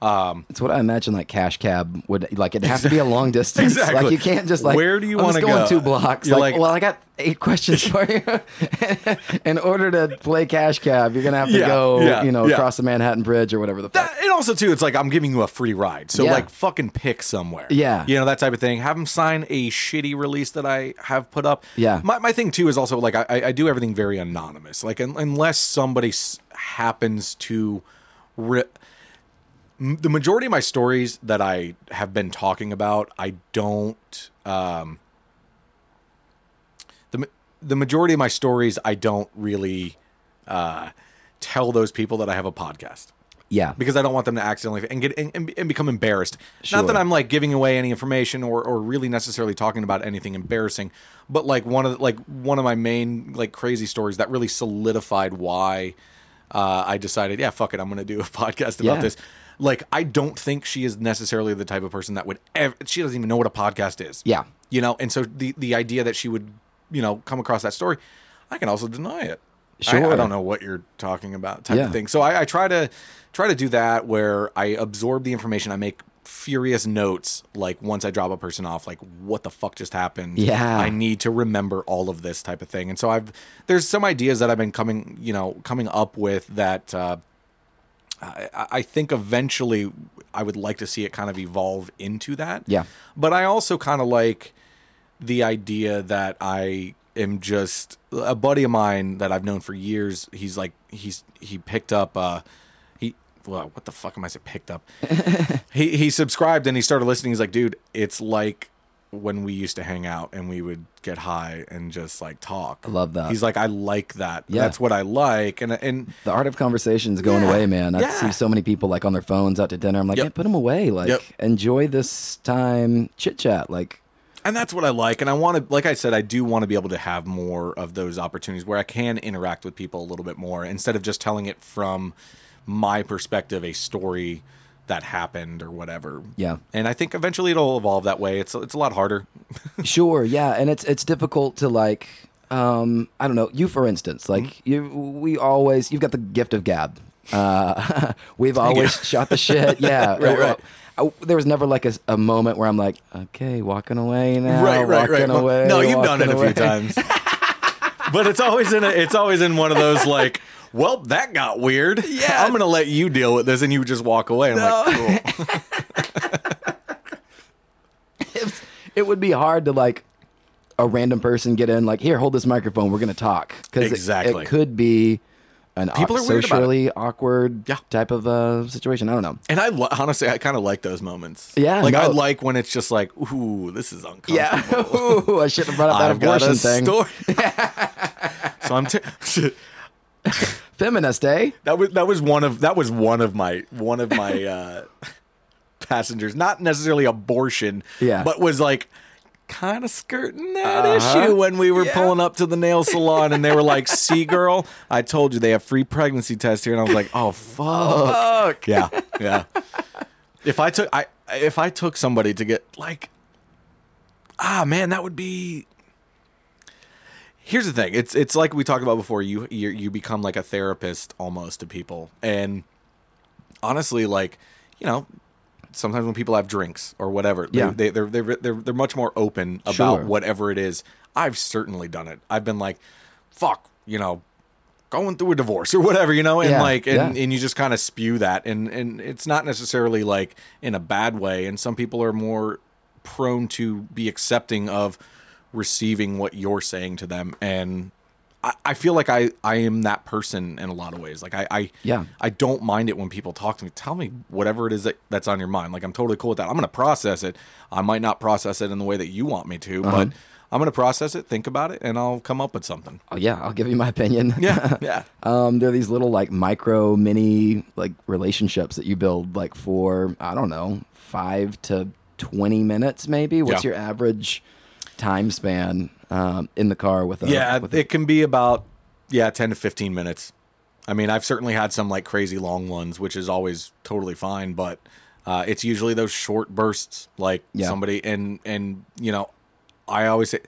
B: um,
A: It's what I imagine like cash cab would like. It'd have to be a long distance.
B: Exactly.
A: Like you can't just like.
B: Where do you
A: I'm
B: wanna
A: just going
B: go?
A: Two blocks.
B: You're
A: like,
B: like-
A: well, I got eight questions for you. In order to play cash cab, you're gonna have to
B: Yeah,
A: go,
B: yeah,
A: you know,
B: yeah.
A: across the Manhattan Bridge or whatever the fuck.
B: That, and also too, it's like I'm giving you a free ride, so
A: Yeah.
B: like fucking pick somewhere.
A: Yeah.
B: you know that type of thing. Have them sign a shitty release that I have put up.
A: Yeah.
B: my, my thing too is also like I, I I do everything very anonymous. Like un- unless somebody s- happens to. Re- M- the majority of my stories that I have been talking about, I don't. Um, the ma- the majority of my stories, I don't really uh, tell those people that I have a podcast
A: yeah.
B: because I don't want them to accidentally and get and- and, and become embarrassed.
A: Sure.
B: Not that I'm like giving away any information or, or really necessarily talking about anything embarrassing, but like one of the, like one of my main like crazy stories that really solidified why uh, I decided, yeah, fuck it, I'm gonna do a podcast about
A: Yeah.
B: this. Like I don't think she is necessarily the type of person that would ever. She doesn't even know what a podcast is.
A: Yeah.
B: you know, and so the the idea that she would you know come across that story, I can also deny it. I- I
A: Sure.
B: don't know know what you're talking about type
A: Yeah.
B: of thing. So I, I try to try to do that where I absorb the information. I make furious notes like once I drop a person off, like what the fuck just happened.
A: Yeah.
B: I need to remember all of this type of thing. And so I've there's some ideas that I've been coming you know coming up with that. Uh, I, I I think eventually I would like to see it kind of evolve into that.
A: Yeah.
B: But I also kind of like the idea that I am just a buddy of mine that I've known for years. He's like he's he picked up uh he well what the fuck am I saying picked up? he he subscribed and he started listening. He's like, dude, it's like when we used to hang out and we would get high and just like talk. I
A: love that.
B: He's like, I like that.
A: Yeah.
B: That's what I like. And and
A: The art of conversation's going
B: Yeah,
A: away, man. I
B: yeah.
A: see so many people like on their phones out to dinner. I'm like,
B: Yep.
A: hey, put them away. Like,
B: Yep.
A: enjoy this time chit chat. Like,
B: and that's what I like. And I want to, like I said, I do want to be able to have more of those opportunities where I can interact with people a little bit more instead of just telling it from my perspective, a story that happened or whatever.
A: Yeah.
B: And I think eventually it'll evolve that way. It's it's a lot harder.
A: sure, yeah, and it's it's difficult to like. Um, I don't know you for instance. Like
B: Mm-hmm.
A: you, we always you've got the gift of gab. Uh, we've always shot the shit. Yeah,
B: Right, right.
A: I- there was never like a, a moment where I'm like, okay, walking away now. walking Away,
B: no, you've done it
A: walking
B: a
A: away.
B: few times. but it's always in a, it's always in one of those like, well, that got weird. Yeah. I'm gonna let you deal with this, and you just walk away. I'm like, cool.
A: It's- it would be hard to like a random person get in like, here, hold this microphone. We're gonna talk because it,
B: Exactly.
A: could be an
B: People
A: au-
B: are weird about it.
A: socially awkward
B: Yeah.
A: type of uh, situation. I don't know.
B: And I lo- honestly, I kind of like those moments.
A: Yeah,
B: like I
A: no.
B: like when it's just like, ooh, this is uncomfortable.
A: Yeah, Ooh, I should have brought up that
B: I've got
A: abortion
B: a
A: thing.
B: story. so I'm. T-
A: Feminist, eh?
B: that was that was one of that was one of my one of my uh, passengers. Not necessarily abortion.
A: Yeah.
B: but was like. Kind of skirting that
A: Uh-huh.
B: issue when we were
A: Yeah.
B: pulling up to the nail salon, and they were like, "See, girl, I told you they have free pregnancy test here," and I was like, "Oh fuck."
A: Fuck.
B: Yeah, yeah. if I took I if I took somebody to get like ah man, that would be Here's the thing. It's it's like we talked about before. You you you become like a therapist almost to people. And honestly like, you know, sometimes when people have drinks or whatever, they-
A: Yeah.
B: they, they're, they're they're they're much more open about
A: Sure.
B: whatever it is. I've certainly done it. I've been like, fuck, you know, going through a divorce or whatever, you know, and
A: Yeah,
B: like, and,
A: yeah.
B: and you just kind of spew that, and and it's not necessarily like in a bad way, and some people are more prone to be accepting of receiving what you're saying to them, and I, I feel like I I am that person in a lot of ways, like I I
A: Yeah.
B: I don't mind it when people talk to me. Tell me whatever it is that, that's on your mind. Like I'm totally cool with that. I'm going to process it. I might not process it in the way that you want me to, but I'm going to process it, think about it, and I'll come up with something.
A: Oh, yeah, I'll give you my opinion.
B: Yeah, yeah.
A: Um, there are these little like micro mini like relationships that you build like for I don't know five to twenty minutes maybe. What's
B: Yeah.
A: your average time span um, in the car with a
B: Yeah,
A: with a-
B: it can be about yeah, 10 to 15 minutes. I mean, I've certainly had some like crazy long ones, which is always totally fine, but uh, it's usually those short bursts like
A: Yeah.
B: somebody and and you know, I always say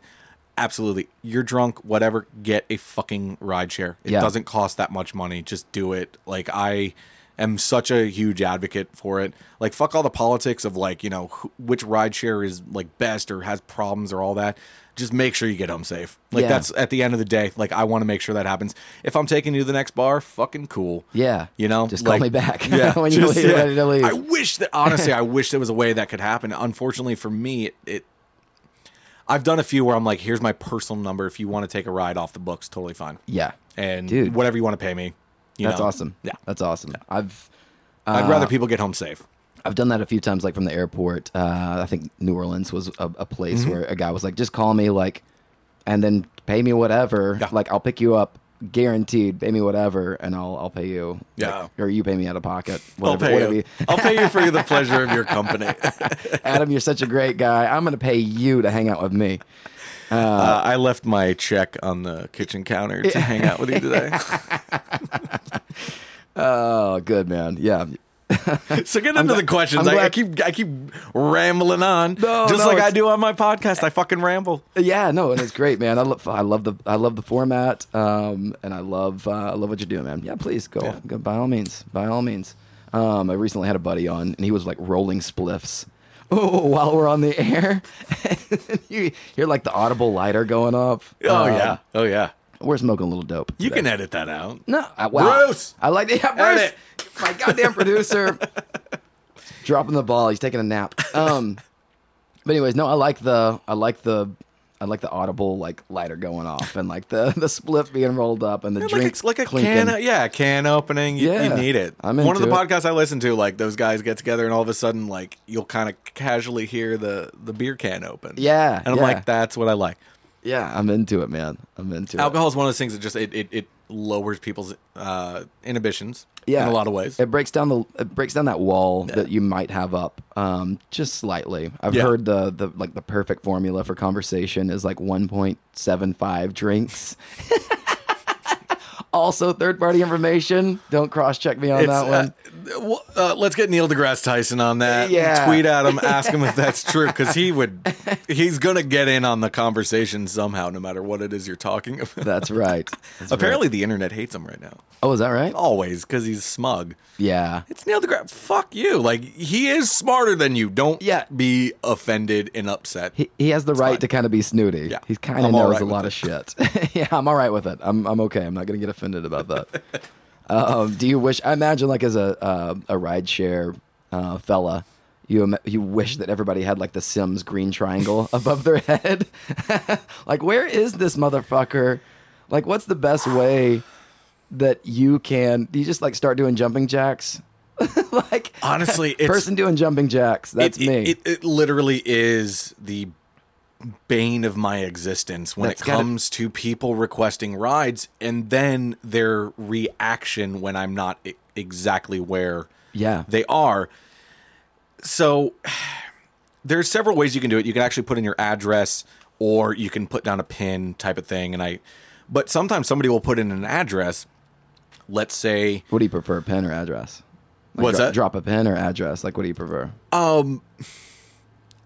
B: absolutely. You're drunk, whatever, get a fucking ride share. It
A: Yeah.
B: doesn't cost that much money. Just do it. Like I am such a huge advocate for it. Like fuck all the politics of like, you know, wh- which ride share is like best or has problems or all that. Just make sure you get home safe. Like
A: Yeah.
B: that's at the end of the day. Like I want to make sure that happens. If I'm taking you to the next bar, fucking cool.
A: yeah
B: You know,
A: just call
B: like-
A: me back
B: Yeah,
A: when you
B: just-
A: leave,
B: yeah.
A: ready to leave.
B: I wish that honestly, I wish there was a way that could happen. Unfortunately for me, it, it I've done a few where I'm like, here's my personal number. If you want to take a ride off the books, totally fine.
A: yeah,
B: And
A: Dude.
B: whatever you want to pay me. You
A: that's
B: know.
A: awesome.
B: Yeah.
A: that's awesome. I've
B: I'd rather people get home safe.
A: I've done that a few times, like from the airport. Uh, I think New Orleans was a, a place
B: Mm-hmm.
A: where a guy was like, "Just call me, like, and then pay me whatever.
B: Yeah.
A: Like, I'll pick you up, guaranteed. Pay me whatever, and I'll I'll pay you. like,
B: Yeah.
A: or you pay me out of pocket. Whatever,
B: I'll
A: whatever
B: pay you. I'll pay you for the pleasure of your company.
A: you- Adam, you're such a great guy. I'm gonna pay you to hang out with me.
B: Uh, I left my check on the kitchen counter to hang out with you today.
A: Oh, good man. Yeah,
B: So get into the questions.
A: I'm
B: I, I
A: glad-
B: keep I keep rambling on,
A: No,
B: just
A: no,
B: like I
A: it's-
B: do on my podcast. I fucking ramble.
A: yeah. No, and it's great, man. I love I love the I love the format. Um, and I love uh, I love what you do, man. Yeah, please go, go by all means, by all means. Um, I recently had a buddy on, and he was like rolling spliffs. Oh, while we're on the air, you hear like the audible lighter going off.
B: Oh
A: Um,
B: yeah, oh yeah.
A: we're smoking a little dope.
B: You
A: today.
B: can edit that out.
A: no, I, wow.
B: Bruce!
A: I like yeah,
B: Edit.
A: Bruce. my goddamn producer. Dropping the ball. He's taking a nap. Um, but anyways, no, I like the I like the I like the audible like lighter going off and like the the split being rolled up and the
B: like
A: drinks
B: it's like a
A: clinking.
B: can, yeah, can opening. You,
A: Yeah,
B: you need it.
A: I'm
B: One of the
A: into it.
B: podcasts I listen to, like those guys get together, and all of a sudden, like you'll kind of casually hear the the beer can open.
A: Yeah,
B: and I'm
A: yeah.
B: like, that's what I like.
A: yeah, I'm into it, man. I'm into it.
B: Alcohol is one of those things that just it it, it lowers people's uh, inhibitions.
A: yeah,
B: in a lot of ways.
A: It breaks down the it breaks down that wall that you might have up, um, just slightly. I've
B: Yeah.
A: heard the the like the perfect formula for conversation is like 1.75 drinks. also, third party information. Don't cross check me on
B: It's,
A: that one.
B: uh, well, uh, let's get Neil deGrasse Tyson on that.
A: Yeah.
B: Tweet at him, ask him if that's true, because he would, he's going to get in on the conversation somehow, no matter what it is you're talking about.
A: That's right. That's right.
B: Apparently, the internet hates him right now.
A: Oh, is that right?
B: Always, because he's smug.
A: Yeah.
B: It's Neil deGrasse. Fuck you. Like, he is smarter than you. Don't
A: Yeah.
B: be offended and upset.
A: He, he has the right to kind of be snooty.
B: Yeah.
A: He kind of
B: I'm all
A: knows
B: right
A: a
B: with
A: lot of shit. yeah, I'm all right with it. I'm, I'm okay. I'm not going to get offended about that. um, do you wish, I imagine, like as a, uh, a rideshare uh, fella, you, im- you wish that everybody had like the Sims green triangle above their head. like, where is this motherfucker? Like, what's the best way that you can? Do you just like start doing jumping jacks? like,
B: Honestly, it's,
A: person doing jumping jacks. That's
B: it,
A: me.
B: It, it, it literally is the bane of my existence when
A: That's
B: it
A: gotta-
B: comes to people requesting rides and then their reaction when I'm not e- exactly where
A: yeah.
B: they are. So there's several ways you can do it. You can actually put in your address or you can put down a pin type of thing and I but sometimes somebody will put in an address. Let's say
A: What do you prefer, pen or address? Like,
B: What's
A: dro-
B: that?
A: Drop a pen or address? Like, what do you prefer?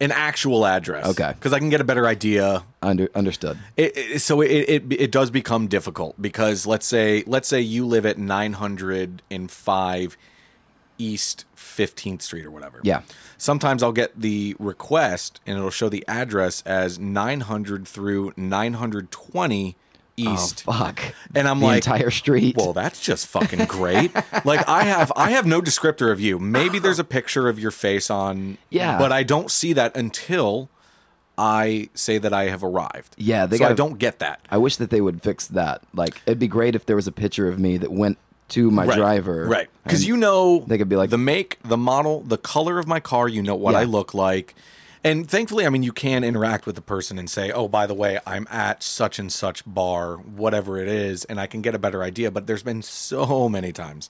B: an actual address.
A: Okay.
B: Cuz I can get a better idea
A: Under- understood.
B: It, it, so it, it it does become difficult because let's say let's say you live at 905 East 15th Street or whatever.
A: Yeah.
B: Sometimes I'll get the request and it'll show the address as 900 through 920 East.
A: Fuck.
B: And I'm
A: the
B: like
A: entire street.
B: well, that's just fucking great. like I have I have no descriptor of you. Maybe there's a picture of your face on
A: Yeah.
B: but I don't see that until I say that I have arrived.
A: Yeah, they
B: so I
A: gotta-
B: don't get that.
A: I wish that they would fix that. Like, it'd be great if there was a picture of me that went to my driver.
B: Right. Because
A: And-
B: you know
A: they could be like-
B: the make, the model, the color of my car, you know what
A: Yeah.
B: I look like. And thankfully, I mean, you can interact with the person and say, oh, by the way, I'm at such and such bar, whatever it is, and I can get a better idea. But there's been so many times,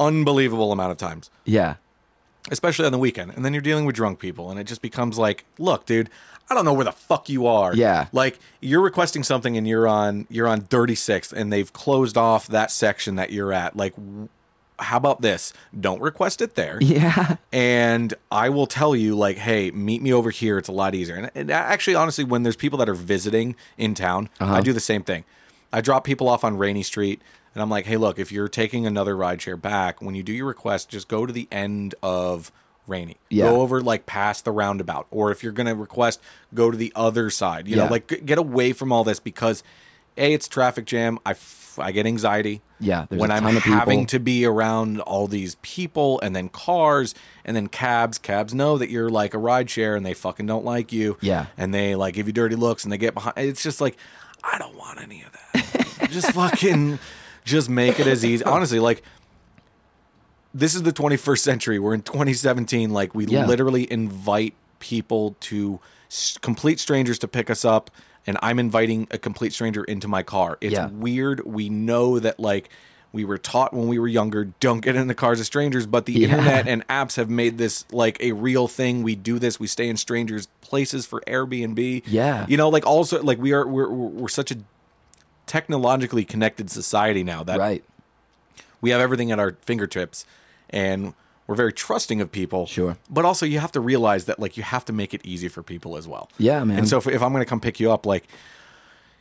B: unbelievable amount of times,
A: Yeah.
B: especially on the weekend. And then you're dealing with drunk people, and it just becomes like, look, dude, I don't know where the fuck you are.
A: Yeah.
B: Like you're requesting something and you're on you're on 36th and they've closed off that section that you're at. Like w- how about this? Don't request it there.
A: Yeah.
B: And I will tell you like, "Hey, meet me over here. It's a lot easier." And, and actually honestly when there's people that are visiting in town,
A: Uh-huh.
B: I do the same thing. I drop people off on Rainy Street and I'm like, "Hey, look, if you're taking another rideshare back, when you do your request, just go to the end of Rainy.
A: Yeah.
B: Go over like past the roundabout or if you're going to request, go to the other side. You
A: Yeah.
B: know, like g- get away from all this because a it's traffic jam. I, f- I get anxiety.
A: Yeah, there's
B: when
A: a
B: I'm
A: ton of people.
B: having to be around all these people and then cars and then cabs. Cabs know that you're like a ride share and they fucking don't like you.
A: Yeah.
B: and they like give you dirty looks and they get behind. It's just like I don't want any of that. just fucking just make it as easy. Honestly, like. This is the 21st century. We're in 2017. Like we
A: Yeah.
B: literally literally invite people to s- complete strangers to pick us up and i'm inviting a complete stranger into my car it's
A: Yeah.
B: weird we know that like we were taught when we were younger don't get in the cars of strangers but the
A: Yeah.
B: internet and apps have made this like a real thing we do this we stay in strangers places for airbnb
A: Yeah.
B: you know like also like we are we're, we're, we're such a technologically connected society now that
A: Right.
B: we have everything at our fingertips and we're very trusting of people
A: Sure.
B: but also you have to realize that like you have to make it easy for people as well
A: Yeah, man.
B: and so if, if i'm going to come pick you up like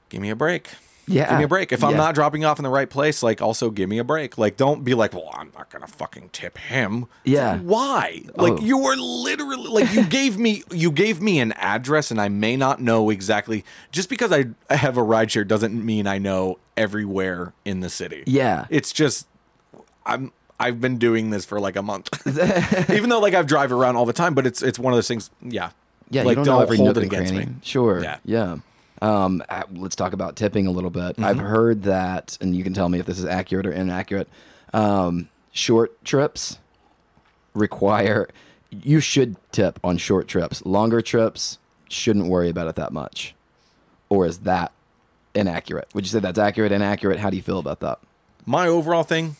B: give me a break
A: Yeah.
B: give me a break if i'm
A: Ah, Yeah.
B: not dropping you off in the right place like also give me a break like don't be like well i'm not going to fucking tip him
A: Yeah.
B: why like
A: Oh.
B: you were literally like you gave me you gave me an address and i may not know exactly just because i I have a ride share doesn't mean i know everywhere in the city
A: Yeah.
B: it's just I'm I've been doing this for like a month. Even though like I've drive around all the time, but it's it's one of those things. Yeah.
A: Yeah,
B: Like
A: you don't, know every
B: hold
A: nook
B: it
A: and
B: against
A: cranny.
B: me.
A: Sure. Yeah.
B: Yeah.
A: Um, uh, let's talk about tipping a little bit. I've
B: Mm-hmm.
A: heard that, and you can tell me if this is accurate or inaccurate. Um, short trips require you should tip on short trips. Longer trips shouldn't worry about it that much. Or is that inaccurate? Would you say that's accurate? Inaccurate? How do you feel about that?
B: My overall thing,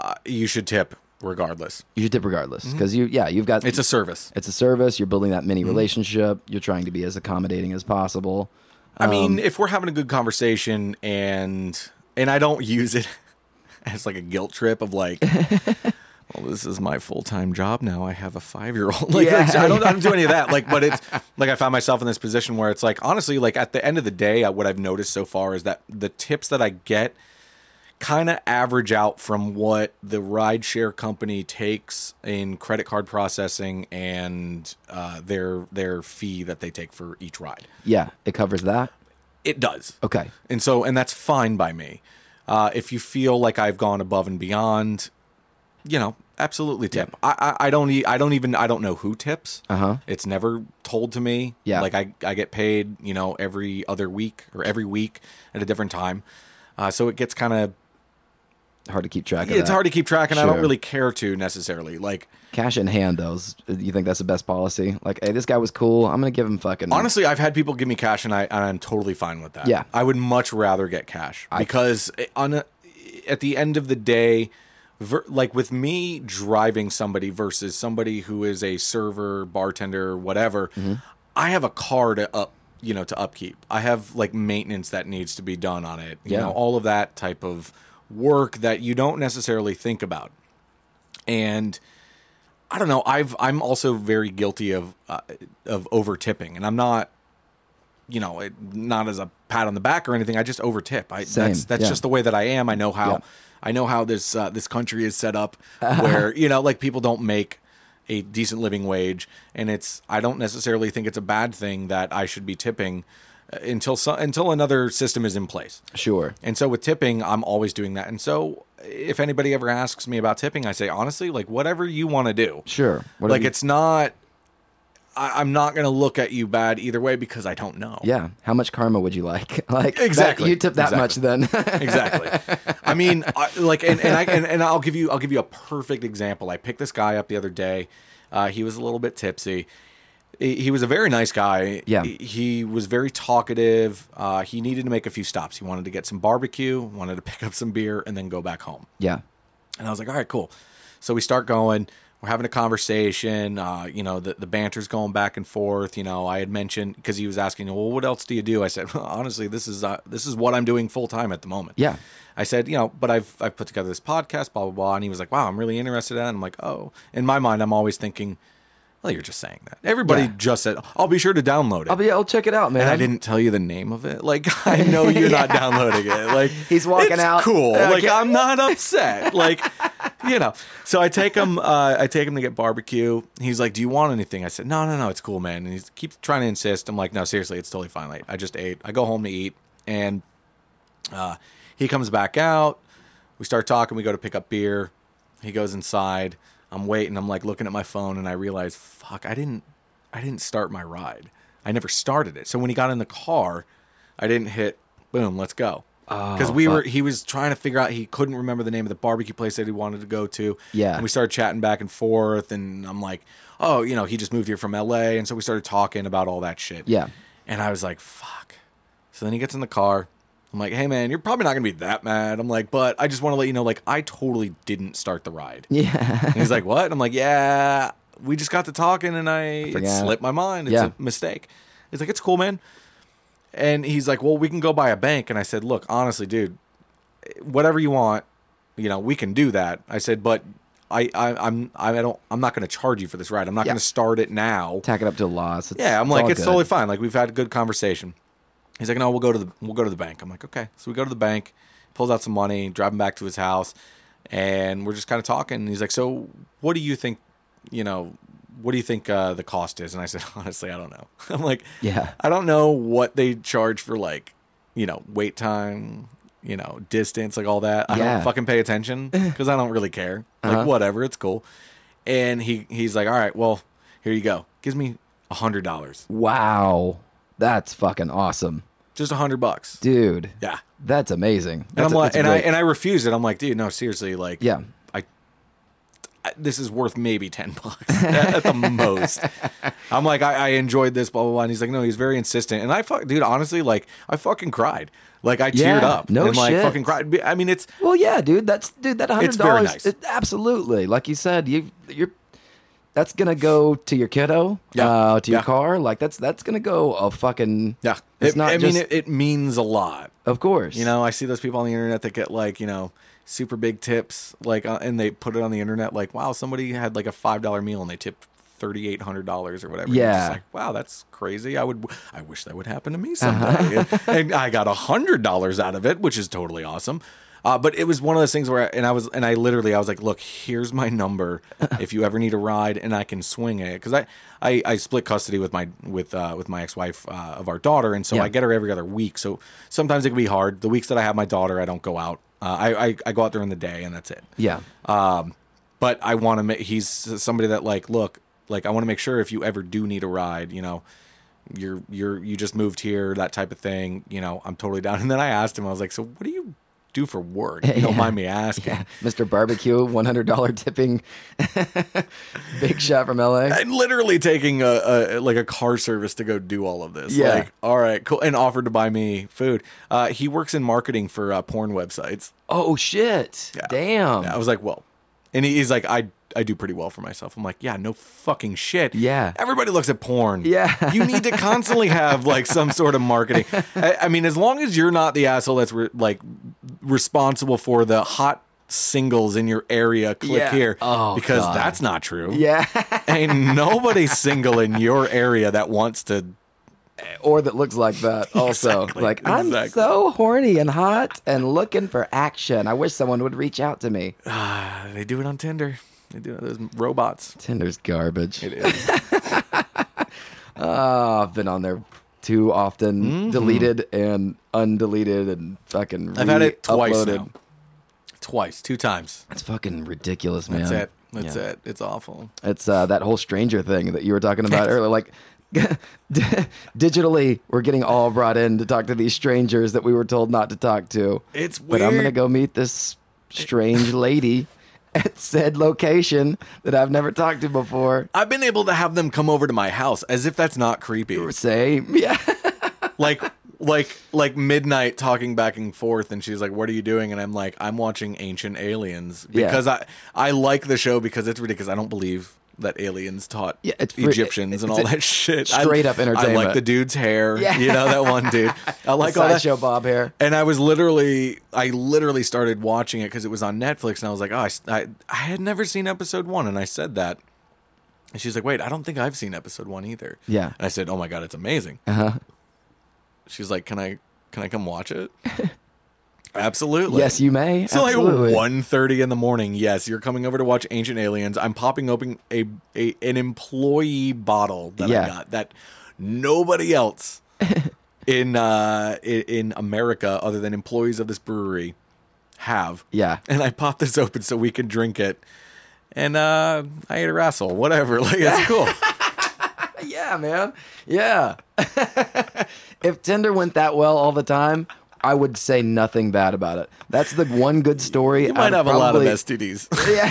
B: uh, you should tip regardless.
A: You should tip regardless because you, yeah, you've got
B: Mm-hmm. It's Mm-hmm. a service.
A: it's a service. You're building that mini relationship. You're trying to be as accommodating as possible.
B: I
A: Um,
B: mean, if we're having a good conversation and and I don't use it as like a guilt trip of like, well, this is my full time job now. I have a five year old. Like,
A: Yeah.
B: I don't I don't do any of that. Like, but it's like I found myself in this position where it's like honestly, like at the end of the day, I- what I've noticed so far is that the tips that I get kind of average out from what the rideshare company takes in credit card processing and uh, their their fee that they take for each ride.
A: Yeah, it covers that.
B: It does.
A: Okay.
B: And so, and that's fine by me. Uh, if you feel like I've gone above and beyond, you know, absolutely tip. I, I, I don't, e- I don't even, I don't know who tips.
A: Uh-huh.
B: It's never told to me.
A: Yeah.
B: Like I, I get paid, you know, every other week or every week at a different time. Uh, so it gets kind of,
A: Hard to keep track of.
B: it's
A: that.
B: hard to keep track, and I
A: Sure.
B: don't really care to necessarily. Like
A: Cash in hand, though. Is, you think that's the best policy? Like, hey, this guy was cool. I'm gonna give him fucking.
B: Honestly, I've had people give me cash, and I and I'm totally fine with that.
A: Yeah.
B: I would much rather get cash because it- on a, at the end of the day, ver, like with me driving somebody versus somebody who is a server, bartender, whatever,
A: Mm-hmm.
B: I have a car to up, you know, to upkeep. I have like maintenance that needs to be done on it. You
A: Yeah.
B: know, all of that type of work that you don't necessarily think about, and. I don't know. I've I'm also very guilty of uh, of over tipping, and I'm not, you know, it, not as a pat on the back or anything. I just over tip. I
A: Same,
B: that's that's
A: yeah.
B: just the way that I am. I know how
A: Yeah.
B: I know how this uh, this country is set up, where you know, like people don't make a decent living wage, and it's I don't necessarily think it's a bad thing that I should be tipping uh, until so, until another system is in place.
A: sure.
B: And so with tipping, I'm always doing that. And so if anybody ever asks me about tipping, I say honestly, like whatever you want to do.
A: Sure. What
B: like
A: if you-
B: it's not I, I'm not gonna look at you bad either way because I don't know.
A: Yeah. How much karma would you like? like that-
B: Exactly.
A: you tip that much then.
B: exactly. I mean, I, like, and, and I and, and I'll give you I'll give you a perfect example. I picked this guy up the other day. Uh, he was a little bit tipsy. He he was a very nice guy.
A: Yeah.
B: He- He was very talkative. Uh, he needed to make a few stops. He wanted to get some barbecue, wanted to pick up some beer, and then go back home.
A: yeah.
B: And I was like, all right, cool. So we start going. We're having a conversation. Uh, you know, the, the banter's going back and forth. You know, I had mentioned because he was asking, well, what else do you do? I said, well, honestly, this is uh, this is what I'm doing full time at the moment.
A: Yeah.
B: I said, you know, but I've I've put together this podcast, blah blah blah, and he was like, wow, I'm really interested in. That. And I'm like, oh, in my mind, I'm always thinking, well, you're just saying that. Everybody
A: Yeah.
B: just said, I'll be sure to download it.
A: I'll be. I'll check it out, man.
B: and I didn't tell you the name of it. Like I know you're not downloading it. Like
A: He's walking
B: it's
A: out.
B: Cool.
A: Uh,
B: Like
A: get-
B: I'm not upset. Like you know. So I take him. Uh, I take him to get barbecue. He's like, "Do you want anything?" I said, "No, no, no. It's cool, man." And he keeps trying to insist. I'm like, "No, seriously. It's totally fine. Like I just ate. I go home to eat." And uh, he comes back out. We start talking. We go to pick up beer. He goes inside. I'm waiting. I'm like looking at my phone, and I realize, fuck, I didn't, I didn't start my ride. I never started it. So when he got in the car, I didn't hit. Boom, let's go. Because we were, he was trying to figure out. He couldn't remember the name of the barbecue place that he wanted to go to.
A: Yeah.
B: And we started chatting back and forth, and I'm like, oh, you know, he just moved here from L.A., and so we started talking about all that shit.
A: Yeah.
B: And I was like, fuck. So then he gets in the car. I'm like, hey man, you're probably not gonna be that mad. I'm like, but I just want to let you know, like, I totally didn't start the ride.
A: Yeah.
B: And he's like, what? I'm like, yeah, we just got to talking and I it
A: forgot.
B: slipped my mind. It's
A: Yeah.
B: a mistake. He's like, it's cool, man. And he's like, well, we can go buy a bank. And I said, look, honestly, dude, whatever you want, you know, we can do that. I said, but I, I I'm I don't I'm not gonna charge you for this ride. I'm not
A: Yeah.
B: gonna start it now.
A: Tack it up to a loss. It's-
B: Yeah, I'm like,
A: all
B: it's
A: good.
B: totally fine. Like we've had a good conversation. He's like, no, we'll go to the we'll go to the bank. I'm like, okay. So we go to the bank, pulls out some money, driving back to his house, and we're just kind of talking. And he's like, so what do you think? You know, what do you think uh, the cost is? And I said, honestly, I don't know. I'm like,
A: Yeah.
B: I don't know what they charge for like, you know, wait time. you know, distance, like all that. I
A: Yeah. Uh-huh.
B: don't fucking pay attention because I don't really care. Like whatever, it's cool. And he he's like, all right, well, here you go. Gives me a hundred dollars,
A: Wow. That's fucking awesome.
B: just a hundred bucks.
A: Dude.
B: Yeah.
A: That's amazing.
B: And
A: That's
B: I'm
A: a-
B: like,
A: that's a
B: and I
A: great-
B: and I refused it. I'm like, dude, no, seriously, like,
A: Yeah.
B: I, I this is worth maybe ten bucks at, at the most. I'm like, I, I enjoyed this, blah blah blah. And he's like, no, he's very insistent. And I fuck, dude, honestly, like, I fucking cried, like, I
A: Yeah,
B: teared up,
A: no
B: and like,
A: shit.
B: fucking cried. I mean, it's
A: Well, yeah, dude. That's dude. That hundred
B: It's very
A: dollars.
B: nice.
A: Absolutely. Like you said, you you're. That's gonna go to your kiddo.
B: Yeah.
A: Uh, to your
B: Yeah.
A: car. Like that's that's gonna go a fucking.
B: yeah,
A: It's
B: It-
A: not
B: I
A: just.
B: mean, it, it means a lot.
A: of course.
B: You know, I see those people on the internet that get like, you know, super big tips, like, uh, and they put it on the internet, like, wow, somebody had like a five dollar meal and they tipped thirty eight hundred dollars or whatever. And you're
A: Yeah.
B: just like, wow, that's crazy. I would, I wish that would happen to me someday.
A: Uh-huh.
B: and I got a hundred dollars out of it, which is totally awesome. Uh, but it was one of those things where, I, and I was, and I literally, I was like, "Look, here's my number. If you ever need a ride, and I can swing it, because I, I, I split custody with my with uh, with my ex wife uh, of our daughter, and so
A: Yeah.
B: I get her every other week. So sometimes it can be hard. The weeks that I have my daughter, I don't go out. Uh, I, I I go out during the day, and that's it.
A: Yeah.
B: Um, but I want to make he's somebody that like look like I want to make sure if you ever do need a ride, you know, you're you're you just moved here, that type of thing. You know, I'm totally down. And then I asked him, I was like, so what do you do for work? If You don't
A: Yeah.
B: mind me asking.
A: Mr. Barbecue, one hundred dollar tipping. Big shot from LA.
B: And literally taking a, a like a car service to go do all of this.
A: Yeah.
B: Like, all right, cool, and offered to buy me food. Uh, he works in marketing for uh, porn websites.
A: Oh shit! Damn.
B: I was like, well, and he, he's like, I I do pretty well for myself. I'm like, yeah, no fucking shit.
A: Yeah.
B: everybody looks at porn.
A: Yeah.
B: you need to constantly have like some sort of marketing. I, I mean, as long as you're not the asshole that's re- like responsible for the hot singles in your area, click
A: Yeah.
B: here
A: Oh,
B: because
A: God.
B: that's not true.
A: Yeah.
B: Ain't nobody single in your area that wants to.
A: or that looks like that. Also,
B: Exactly,
A: like I'm
B: exactly.
A: so horny and hot and looking for action. I wish someone would reach out to me.
B: Ah, they do it on Tinder. They do it, those robots.
A: Tinder's garbage.
B: It is.
A: Oh, I've been on there too often, deleted and undeleted and fucking.
B: Mm-hmm. I've had it twice
A: re-uploaded.
B: now. Twice, two times.
A: It's fucking ridiculous, man.
B: That's it. That's it. It's awful.
A: It's uh, that whole stranger thing that you were talking about earlier. Like, digitally, we're getting all brought in to talk to these strangers that we were told not to talk to.
B: It's
A: But I'm gonna
B: weird.
A: go meet this strange lady at said location that I've never talked to before.
B: I've been able to have them come over to my house as if that's not creepy.
A: Same, yeah.
B: Like like like midnight talking back and forth and she's like what are you doing and I'm like I'm watching Ancient Aliens
A: Yeah.
B: because I I like the show because it's ridiculous. I don't believe that aliens taught
A: Yeah, it's fr-
B: Egyptians and
A: it's
B: all
A: a-
B: that shit.
A: straight
B: I,
A: up
B: I
A: entertainment.
B: like the dude's hair.
A: Yeah.
B: You know that one dude. I like all that
A: Sideshow Bob hair.
B: And I was literally, I literally started watching it because it was on Netflix, and I was like, oh, I, s- I- I had never seen episode one, and I said that, and she's like, wait, I don't think I've seen episode one either.
A: Yeah. Uh-huh.
B: And I said, oh my god, it's amazing. She's like, can I, can I come watch it? Absolutely.
A: Yes, you may.
B: So
A: Absolutely.
B: like 1.30 in the morning. Yes, you're coming over to watch Ancient Aliens. I'm popping open a, a an employee bottle that
A: Yeah.
B: I got that nobody else in uh i- in America other than employees of this brewery have.
A: Yeah.
B: And I pop this open so we can drink it. And uh I ate a wrestle, whatever. Like it's cool.
A: Yeah, man. Yeah. if Tinder went that well all the time, I would say nothing bad about it. That's the one good story.
B: You might have a lot of STDs.
A: Yeah.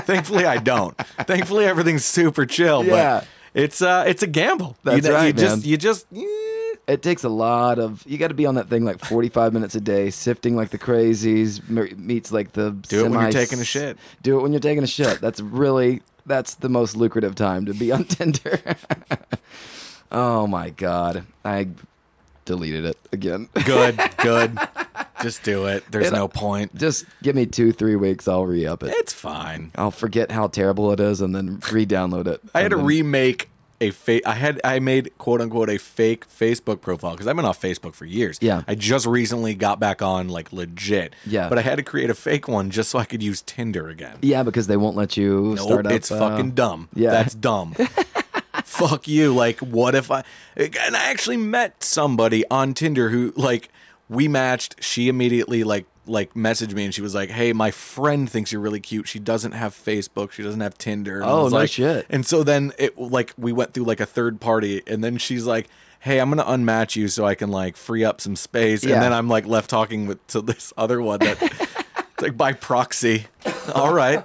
B: Thankfully, I don't. Thankfully, everything's super chill.
A: Yeah.
B: But it's uh, it's a gamble. You
A: That's
B: know, you,
A: right,
B: just,
A: man.
B: You just, eh,
A: it takes a lot of. You got to be on that thing like 45 minutes a day, sifting like the crazies, mer- meets like the.
B: Do it when
A: semi-
B: you're taking a shit.
A: Do it when you're taking a shit. That's really. That's the most lucrative time to be on Tinder. oh my god, I deleted it again.
B: good, good. Just do it. There's no point.
A: Just give me two, three weeks. I'll re up it.
B: It's fine.
A: I'll forget how terrible it is and then re-download it.
B: I had to
A: And then-
B: remake a fake. I had I made quote unquote a fake Facebook profile because I've been off Facebook for years.
A: Yeah.
B: I just recently got back on like legit.
A: Yeah.
B: But I had to create a fake one just so I could use Tinder again.
A: Yeah, because they won't let you
B: Nope,
A: start up.
B: it's
A: uh,
B: fucking dumb.
A: yeah.
B: that's dumb. Fuck you. Like, what if I? And I actually met somebody on Tinder who like we matched she immediately like like messaged me and she was like hey my friend thinks you're really cute she doesn't have facebook she doesn't have tinder and I
A: Oh,
B: was
A: no
B: like-
A: shit.
B: and so then it like we went through like a third party and then she's like hey i'm gonna unmatch you so i can like free up some space
A: Yeah.
B: and then i'm like left talking with to this other one that it's like by proxy all right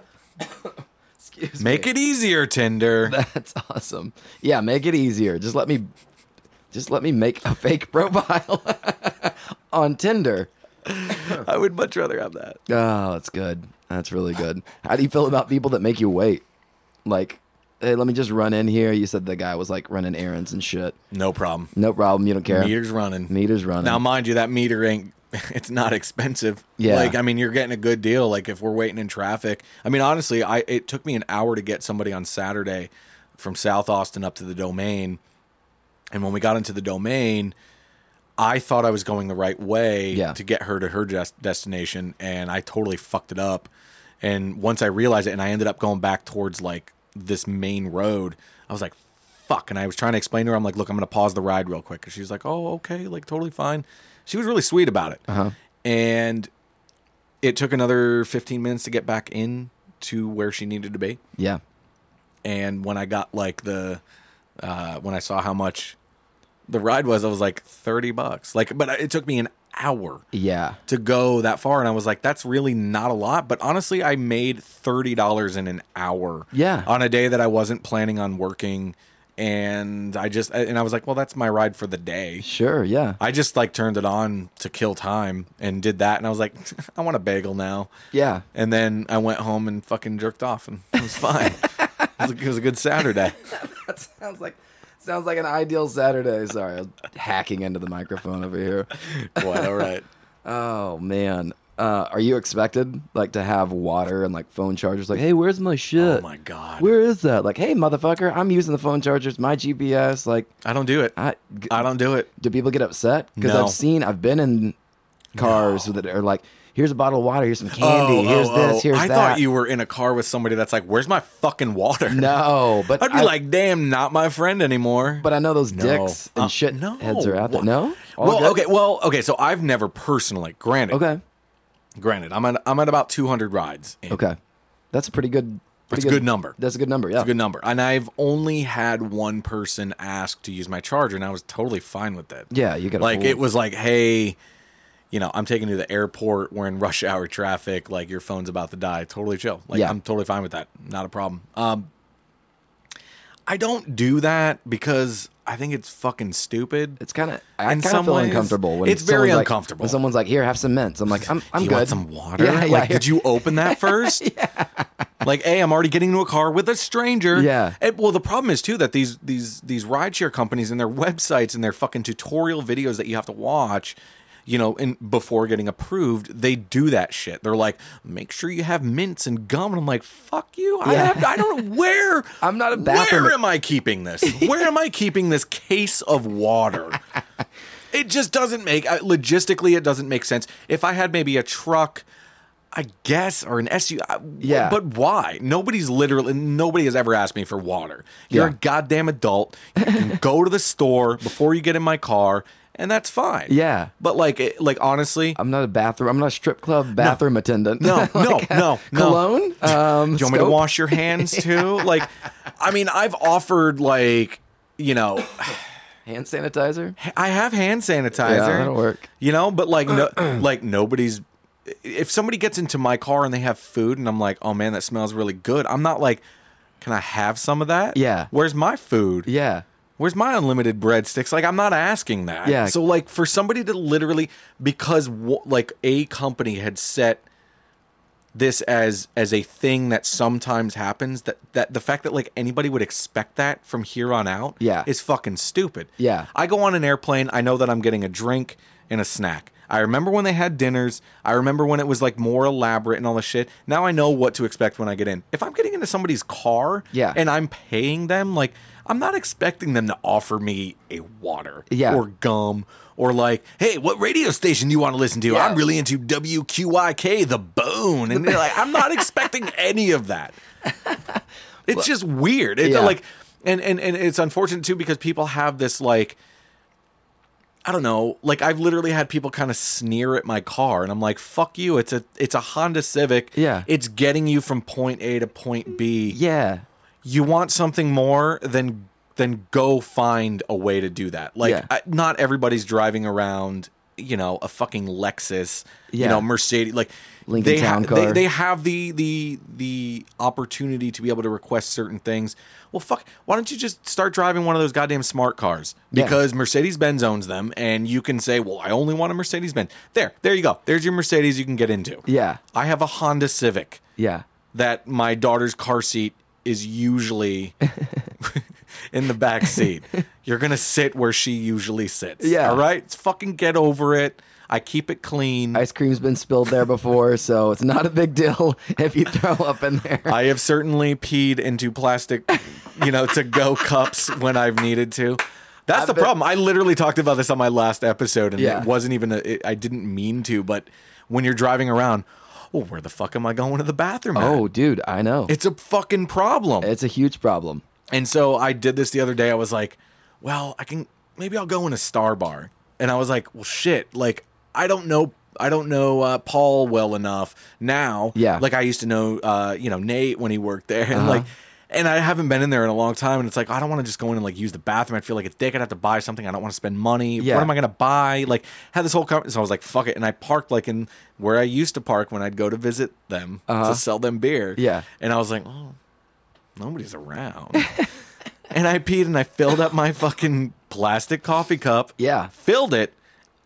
A: Excuse
B: make it easier tinder
A: That's awesome. Yeah, make it easier. Just let me just let me make a fake profile on Tinder.
B: i would much rather have that
A: Oh, that's good. That's really good. How do you feel about people that make you wait? Like, hey, let me just run in here. You said the guy was like running errands and shit.
B: no problem
A: No problem. You don't care.
B: meters running
A: Meters running.
B: Now, mind you, that meter ain't. It's not expensive.
A: Yeah.
B: Like I mean, you're getting a good deal. Like if we're waiting in traffic, I mean, honestly, I it took me an hour to get somebody on Saturday from South Austin up to the Domain, and when we got into the Domain, I thought I was going the right way
A: Yeah.
B: to get her to her des- destination, and I totally fucked it up. And once I realized it, and I ended up going back towards like this main road, I was like, "Fuck!" And I was trying to explain to her, I'm like, "Look, I'm going to pause the ride real quick." And she's like, "Oh, okay, like totally fine." She was really sweet about it, uh-huh. and it took another 15 minutes to get back in to where she needed to be
A: yeah.
B: and when I got like the uh, when I saw how much the ride was, I was like thirty bucks. Like, but it took me an hour
A: Yeah.
B: to go that far, and I was like, that's really not a lot. But honestly, I made thirty dollars in an hour.
A: Yeah.
B: on a day that I wasn't planning on working, and I just and I was like, well, that's my ride for the day.
A: Sure. Yeah.
B: I just like turned it on to kill time and did that, and I was like, I want a bagel now.
A: Yeah.
B: And then I went home and fucking jerked off, and it was fine. it, was a, it was a good Saturday.
A: That sounds like sounds like an ideal Saturday. Sorry, I was hacking into the microphone over here.
B: Quite all right.
A: Oh man. Uh, are you expected like to have water and like phone chargers? Like, hey, where's my shit?
B: Oh my god.
A: Where is that? Like, hey, motherfucker, I'm using the phone chargers, my GPS. Like,
B: I don't do it. I,
A: I g-
B: don't do it.
A: do people get upset? Because
B: No.
A: I've seen, I've been in cars that are like, here's a bottle of water, here's some candy, here's this, here's
B: Oh, I
A: that.
B: thought you were in a car with somebody that's like, "Where's my fucking water?"
A: No, but
B: I'd be
A: I,
B: like, "Damn, not my friend anymore."
A: but I know those
B: No.
A: dicks and
B: Uh,
A: shit
B: no.
A: heads are out there. No. All
B: well,
A: good?
B: okay, well, okay. So I've never personally, granted,
A: Okay.
B: granted, I'm at I'm at about 200 rides. in.
A: Okay. That's a pretty good. Pretty
B: That's a good number.
A: That's a good number. Yeah.
B: It's a good number, and I've only had one person ask to use my charger, and I was totally fine with it.
A: Yeah, you got
B: like it was like hey you know i'm taking you to the airport we're in rush hour traffic like your phone's about to die totally chill like
A: Yeah.
B: i'm totally fine with that not a problem um i don't do that because i think it's fucking stupid
A: It's kind of. I
B: In
A: kind of
B: some
A: feel
B: ways,
A: uncomfortable when
B: it's very
A: someone's like-
B: uncomfortable.
A: when someone's like, "Here, have some mints." I'm like, "I'm, I'm
B: Do you
A: good."
B: want some water?
A: Yeah, yeah,
B: like,
A: here.
B: did you open that first? Like, hey, I'm already getting into a car with a stranger.
A: Yeah.
B: And, well, the problem is too that these these these rideshare companies and their websites and their fucking tutorial videos that you have to watch. You know, and before getting approved, they do that shit. They're like, make sure you have mints and gum. And I'm like, fuck you. I,
A: Yeah.
B: have, I don't where.
A: I'm not a bathroom-
B: Where am I keeping this? Where am I keeping this case of water? It just doesn't make I- logistically. It doesn't make sense. If I had maybe a truck, I guess, or an SUV. I-
A: Yeah.
B: But why? Nobody's literally. Nobody has ever asked me for water. You're
A: Yeah.
B: a goddamn adult. You can go to the store before you get in my car, and that's fine.
A: Yeah. Um,
B: But like, it, like honestly,
A: I'm not a bathroom. I'm not a strip club bathroom attendant.
B: no, no, no, no.
A: Cologne. Um,
B: Do you want me to
A: scope?
B: wash your hands too? Like, I mean, I've offered like, you know,
A: hand sanitizer?
B: I have hand sanitizer.
A: Yeah, that'll work.
B: You know, but like, no, like nobody's. If somebody gets into my car and they have food, and I'm like, oh man, that smells really good. I'm not like, can I have some of that?
A: Yeah.
B: Where's my food?
A: Yeah.
B: Where's my unlimited breadsticks? Like, I'm not asking that.
A: Yeah.
B: So like, for somebody to literally because w- like a company had set this as as a thing that sometimes happens that that the fact that like anybody would expect that from here on out
A: Yeah.
B: is fucking stupid
A: Yeah.
B: i go on an airplane i know that i'm getting a drink and a snack i remember when they had dinners i remember when it was like more elaborate and all this shit now i know what to expect when i get in if i'm getting into somebody's car
A: Yeah.
B: and i'm paying them like i'm not expecting them to offer me a water
A: Yeah.
B: or gum or like hey what radio station do you want to listen to
A: Yeah.
B: i'm really into wqyk the bone and they're like i'm not expecting any of that it's just weird it's
A: Yeah.
B: like and, and and it's unfortunate too because people have this like I don't know. Like I've literally had people kind of sneer at my car, and I'm like, "Fuck you! It's a it's a Honda Civic.
A: Yeah.
B: it's getting you from point A to point B.
A: Yeah.
B: You want something more than then go find a way to do that. Like
A: Yeah.
B: I, not everybody's driving around, you know, a fucking Lexus,
A: Yeah.
B: you know, Mercedes. Like
A: Lincoln
B: they,
A: Town
B: they
A: Car.
B: they have the the the opportunity to be able to request certain things. Well, fuck, why don't you just start driving one of those goddamn smart cars?
A: Yeah.
B: Because Mercedes Benz owns them, and you can say, "Well, I only want a Mercedes Benz." There, there you go. There's your Mercedes you can get into.
A: Yeah.
B: I have a Honda Civic
A: Yeah.
B: that my daughter's car seat is usually in the back seat. You're gonna sit where she usually sits.
A: Yeah.
B: All right. It's fucking get over it. I keep it clean. I,
A: Ice cream's been spilled there before, so it's not a big deal if you throw up in there.
B: have certainly peed into plastic, you know, to go cups when I've needed to. That's the
A: bet-
B: problem. I literally talked about this on my last episode, and
A: Yeah.
B: it wasn't even. A, it, I didn't mean to, but when you're driving around, oh, where the fuck am I going to the bathroom? at?"
A: Oh, dude, I know.
B: it's a fucking problem.
A: It's a huge problem.
B: And so I did this the other day. I was like, well, I can maybe I'll go in a star bar. And I was like, well, shit, like I don't know. I don't know uh, Paul well enough now.
A: Yeah. Uh-huh.
B: Like I used to know, uh, you know, Nate when he worked there, and like, and I haven't been in there in a long time. And it's like I don't want to just go in and like use the bathroom. I feel like a dick. I'd have to buy something. I don't want to spend money.
A: Yeah.
B: What am I gonna buy? Like had this whole conversation. So I was like, fuck it. And I parked like in where I used to park when I'd go to visit them to sell them beer.
A: Uh-huh. Yeah.
B: And I was like, oh, nobody's around. and I peed and I filled up my fucking plastic coffee cup.
A: Yeah.
B: Filled it,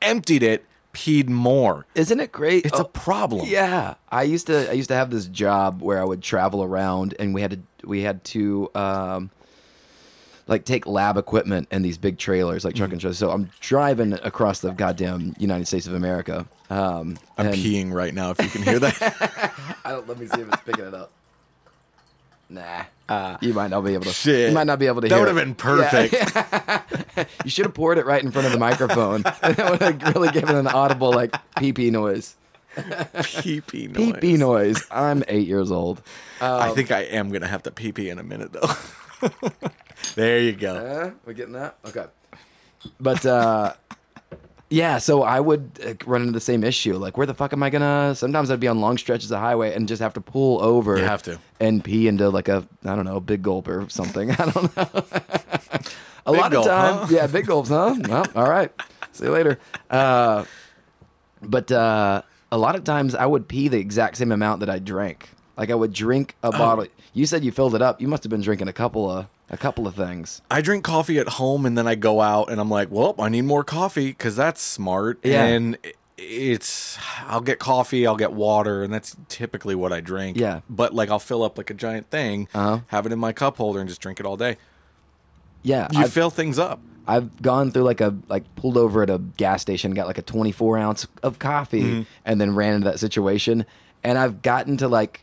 B: emptied it, peed more.
A: Isn't it great?
B: It's
A: Oh,
B: a problem.
A: yeah. I used to I used to have this job where I would travel around and we had to we had to um like take lab equipment and these big trailers, like truck
B: Mm-hmm.
A: and trailer. So I'm driving across the goddamn United States of America. Um
B: I'm
A: and-
B: peeing right now if you can hear that.
A: I don't, let me see if it's picking it up. Nah, uh, you might not be able to.
B: shit.
A: you might not be able to.
B: that
A: hear
B: would have
A: it.
B: been perfect.
A: You should have poured it right in front of the microphone. that would have really given an audible like pee pee noise.
B: pee pee
A: Pee
B: noise.
A: pee noise. I'm eight years old.
B: I think I am gonna have to pee pee in a minute though. there you go.
A: Uh, we getting that? Okay. But uh, yeah, so I would uh, run into the same issue. Like, where the fuck am I gonna? Sometimes I'd be on long stretches of highway and just have to pull over.
B: You have to.
A: and pee into like a I don't know, big gulp or something. I don't know. a
B: Big
A: lot
B: gulp,
A: of time,
B: huh?
A: yeah, big gulps, huh? Well, all right. See you later. Uh, but uh, a lot of times I would pee the exact same amount that I drank. Like I would drink
B: Oh.
A: a bottle. You said you filled it up. You must have been drinking a couple of a couple of things.
B: I drink coffee at home and then I go out and I'm like, well, I need more coffee because that's smart.
A: Yeah.
B: And i- it's, I'll get coffee, I'll get water, and that's typically what I drink.
A: Yeah.
B: But like, I'll fill up like a giant thing,
A: Uh-huh.
B: have it in my cup holder, and just drink it all day.
A: Yeah,
B: You
A: I've-
B: fill things up.
A: I've gone through like a like pulled over at a gas station, got like a 24 ounce of coffee,
B: Mm-hmm.
A: and then ran into that situation. And I've gotten to like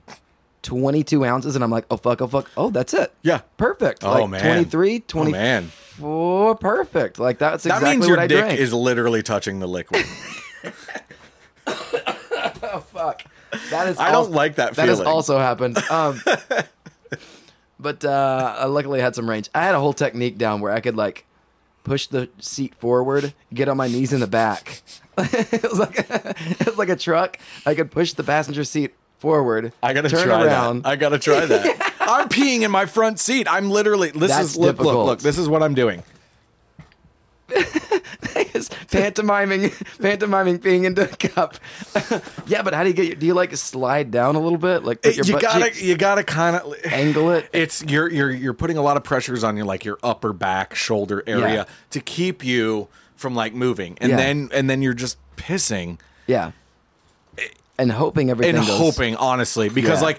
A: 22 ounces, and I'm like, oh fuck, oh fuck, oh that's it.
B: Yeah.
A: perfect.
B: Oh,
A: like,
B: man.
A: 23,
B: Oh,
A: 24,
B: man.
A: perfect. Like that's
B: That
A: exactly
B: means
A: what
B: your
A: I
B: dick
A: drank.
B: is literally touching the liquid.
A: fuck. That is.
B: I
A: also-
B: don't like that
A: That has
B: feeling.
A: also happened. Um, but uh, I luckily had some range. I had a whole technique down where I could like push the seat forward, get on my knees in the back. it was like it was like a truck. I could push the passenger seat forward.
B: I gotta
A: turn
B: try
A: around.
B: that. I gotta try that. I'm peeing in my front seat. I'm literally. This
A: That's
B: is look, look,
A: difficult.
B: look. This is what I'm doing.
A: It's pantomiming, pantomiming being into a cup. yeah, but how do you get? Your, do you like slide down a little bit? Like put your
B: Eh, you
A: butt
B: gotta,
A: cheeks-
B: you gotta kind of
A: angle it.
B: it's you're you're you're putting a lot of pressures on your like your upper back shoulder area
A: Yeah.
B: to keep you from like moving and
A: Yeah.
B: then and then you're just pissing
A: Yeah. And hoping everything
B: Eh, and
A: goes.
B: hoping honestly because
A: Yeah.
B: like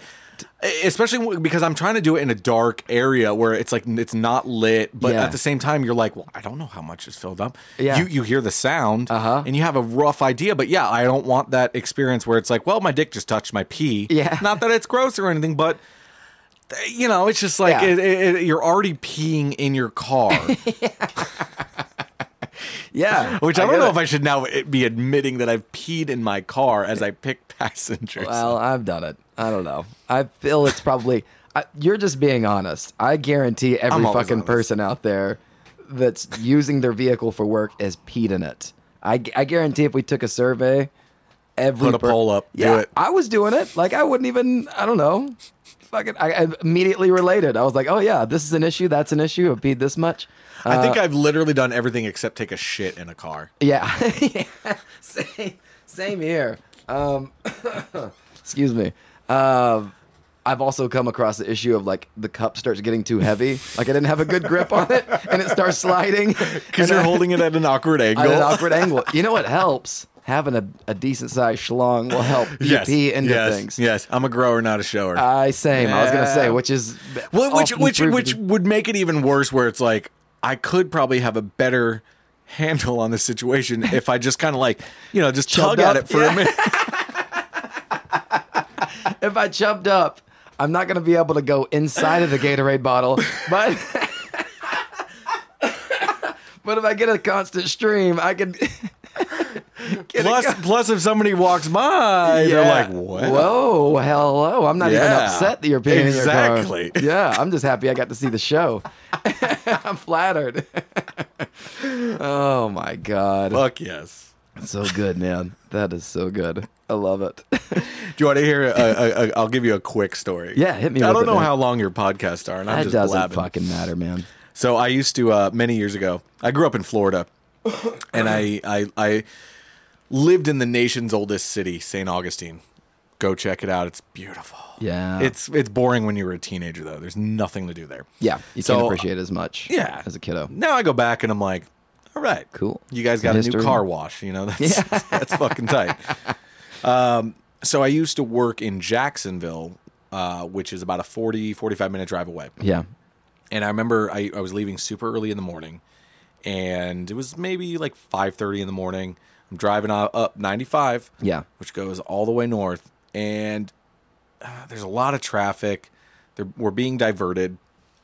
B: e, especially w- because I'm trying to do it in a dark area where it's like n- it's not lit but
A: Yeah.
B: at the same time you're like well I don't know how much is filled up
A: Yeah.
B: you you hear the sound
A: Uh-huh.
B: and you have a rough idea but yeah I don't want that experience where it's like well my dick just touched my pee
A: Yeah.
B: not that it's gross or anything but th- you know it's just like
A: Yeah.
B: it, it, it- you're already peeing in your car
A: Yeah.
B: which I,
A: get
B: don't know
A: it.
B: if I should now eh, be admitting that I've peed in my car
A: Eh,
B: as I pick passengers
A: Well, I've done it. I don't know. I feel it's probably. I, you're just being honest. I guarantee every
B: I'm always
A: fucking
B: honest.
A: person out there that's using their vehicle for work is peed in it. I, gu- I guarantee if we took a survey, every
B: Put a
A: per-
B: poll up. Do
A: Yeah,
B: it.
A: I was doing it. Like I wouldn't even. I don't know. Fucking, I, I immediately related. I was like, oh yeah, this is an issue. That's an issue. I peed this much.
B: I think I've literally done everything except take a shit in a car.
A: Yeah. same, same here. Um, excuse me. Um, I've also come across the issue of like the cup starts getting too heavy. Like I didn't have a good grip on it and it starts sliding.
B: Because you're holding it at an awkward angle.
A: at an awkward angle. You know what helps? Having a, a decent sized schlong will help you
B: yes.
A: pee into
B: yes.
A: things. Uh,
B: Yes. I'm a grower, not a shower.
A: I same. I was gonna say,
B: Yeah.
A: which is
B: Well, which
A: often
B: which
A: proved to
B: which
A: be-
B: would make it even worse, where it's like I could probably have a better handle on the situation if I just kind of like you know just
A: Chubbed
B: tug at
A: up.
B: it for
A: Yeah.
B: a minute.
A: if I chubbed up, I'm not gonna be able to go inside of the Gatorade bottle, but but if I get a constant stream, I can. get a
B: Plus,
A: con-
B: plus, if somebody walks by, they're
A: Yeah.
B: like, "What?"
A: Whoa, hello! I'm not even
B: Yeah.
A: upset that you're peeing in
B: Exactly.
A: your car. Yeah, I'm just happy I got to see the show. I'm flattered. oh my god,
B: Fuck yes.
A: so good, man! That is so good. I love it.
B: Do you want to hear? A, a, a, I'll give you a quick story.
A: Yeah, hit me
B: I
A: with
B: don't
A: it,
B: know
A: man.
B: how long your podcasts are, and I'm
A: That
B: just
A: doesn't
B: blabbing.
A: fucking matter, man.
B: So I used to uh, many years ago. I grew up in Florida, and I I, I lived in the nation's oldest city, St. Augustine. Go check it out; it's beautiful.
A: Yeah,
B: It's it's boring when you were a teenager though. There's nothing to do there.
A: Yeah, you
B: So,
A: can't appreciate it as much.
B: yeah.
A: as a kiddo.
B: Now I go back and I'm like, all right,
A: Cool.
B: You guys
A: Some
B: got a
A: history.
B: new car wash. You know that's that's fucking tight. Um, so I used to work in Jacksonville, uh, which is about a 40, 45 minute drive away.
A: Yeah,
B: and I remember I, I was leaving super early in the morning, and it was maybe like five thirty in the morning. I'm driving o- up ninety five,
A: Yeah.
B: which goes all the way north, and uh, there's a lot of traffic. There, we're being diverted,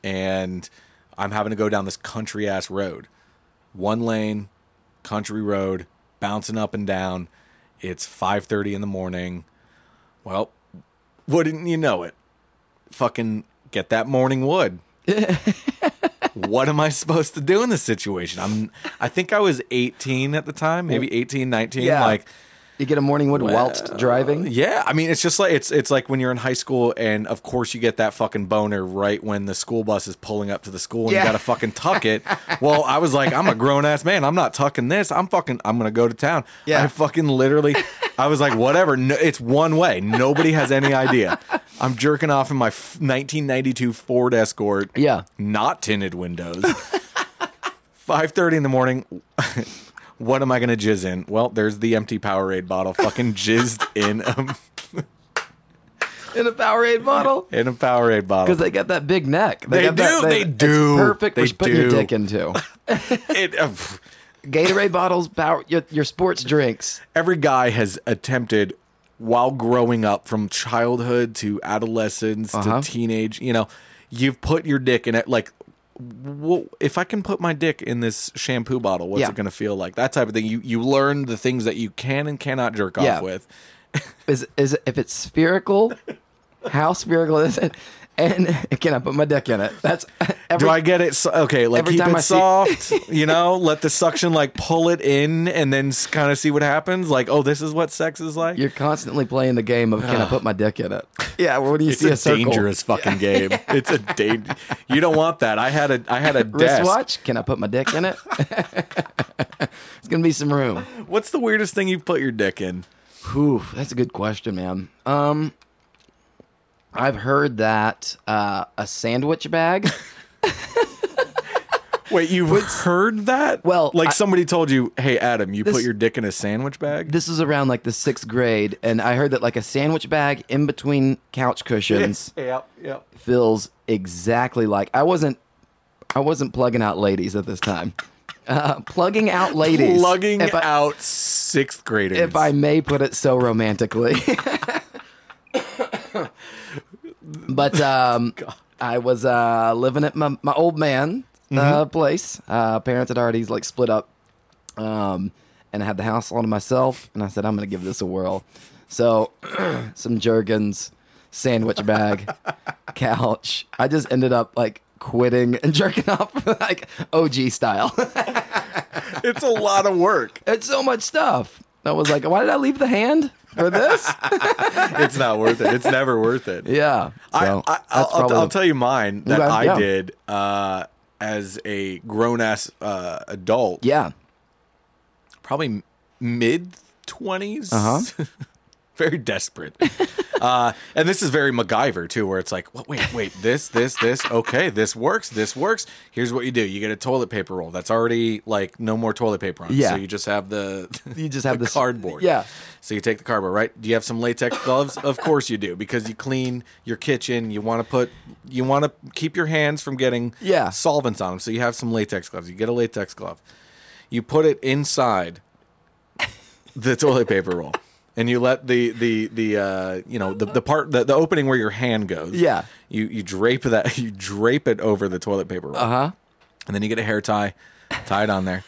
B: and I'm having to go down this country ass road, one lane, country road, bouncing up and down. It's five thirty in the morning. Well, wouldn't you know it? Fucking get that morning wood what am I supposed to do in this situation? I'm I think I was 18 at the time, maybe 18, 19
A: Yeah.
B: like
A: you get a morning wood whilst driving.
B: Uh, yeah, I mean it's just like it's it's like when you're in high school and of course you get that fucking boner right when the school bus is pulling up to the school and
A: Yeah.
B: you got to fucking tuck it. well, I was like I'm a grown ass man. I'm not tucking this. I'm fucking I'm going to go to town.
A: Yeah.
B: I fucking literally I was like whatever. No, it's one way. Nobody has any idea. I'm jerking off in my f- 1992 Ford Escort
A: Yeah.
B: not tinted windows. 5:30 in the morning. what am I going to jizz in? Well, there's the empty Powerade bottle fucking jizzed in a,
A: in a Powerade bottle
B: in a Powerade bottle.
A: because they got that big neck.
B: They
A: got that-
B: do, they
A: it's
B: do,
A: perfect for
B: they
A: putting your
B: do.
A: dick into
B: It- uh, pff,
A: Gatorade bottles, power your, your sports drinks.
B: every guy has attempted while growing up from childhood to adolescence
A: Uh-huh.
B: to teenage, you know, you've put your dick in it like well, if I can put my dick in this shampoo bottle, what's
A: Yeah.
B: it going to feel like? That type of thing. You you learn the things that you can and cannot jerk
A: Yeah.
B: off with.
A: Is is if it's spherical, how spherical is it? And can I put my dick in it? That's every,
B: Do I get it? So, okay, like
A: every
B: keep
A: time
B: it
A: I see-
B: soft. you know, let the suction like pull it in, and then kind of see what happens. Like, oh, this is what sex is like.
A: You're constantly playing the game of can I put my dick in it? Yeah, well, when you
B: it's
A: see
B: a,
A: a, circle,
B: dangerous fucking game. It's a danger. You don't want that. I had a I had a desk.
A: wristwatch. Can I put my dick in it? it's gonna be some room.
B: What's the weirdest thing you've put your dick in?
A: Whew, that's a good question, man. Um, I've heard that uh, a sandwich bag.
B: Wait, you've heard that?
A: Well,
B: like
A: I-
B: somebody told you, hey Adam, you
A: This-
B: put your dick in a sandwich bag.
A: this was around like the sixth grade, and I heard that like a sandwich bag in between couch cushions
B: Yeah, yeah.
A: feels exactly like I wasn't. I wasn't plugging out ladies at this time. Uh, plugging out ladies.
B: Plugging
A: If I-
B: out sixth graders.
A: if I may put it so romantically. but um, I was uh, living at my, my old man's uh, place. Uh, parents had already like split up, um, and I had the house all to myself. And I said, I'm going to give this a whirl. So, some jergens, sandwich bag, couch. I just ended up like quitting and jerking off like OG style.
B: It's a lot of work.
A: it's so much stuff. I was like, why did I leave the hand for this?
B: It's not worth it. It's never worth it.
A: yeah. So,
B: I, I,
A: that's
B: I'll, I'll,
A: probably-
B: I'll tell you mine that
A: Okay,
B: I
A: yeah.
B: did uh, as a grown ass uh, adult.
A: Yeah.
B: probably mid 20s.
A: Uh-huh.
B: very desperate. uh, and this is very MacGyver too, where it's like, "Wha- wait, wait, this, this, this. Okay, this works. This works. Here's what you do: you get a toilet paper roll that's already like no more toilet paper on. it.
A: Yeah.
B: So you just have the
A: You just have
B: the
A: this-
B: cardboard.
A: yeah.
B: So you take the cardboard, right? Do you have some latex gloves? of course you do, because you clean your kitchen. You want to put, you want to keep your hands from getting
A: Yeah.
B: solvents on them. So you have some latex gloves. You get a latex glove. You put it inside the toilet paper roll. And you let the the the uh, you know the, the part the, the opening where your hand goes.
A: Yeah.
B: You you drape that you drape it over the toilet paper roll.
A: Uh huh.
B: And then you get a hair tie, tie it on there.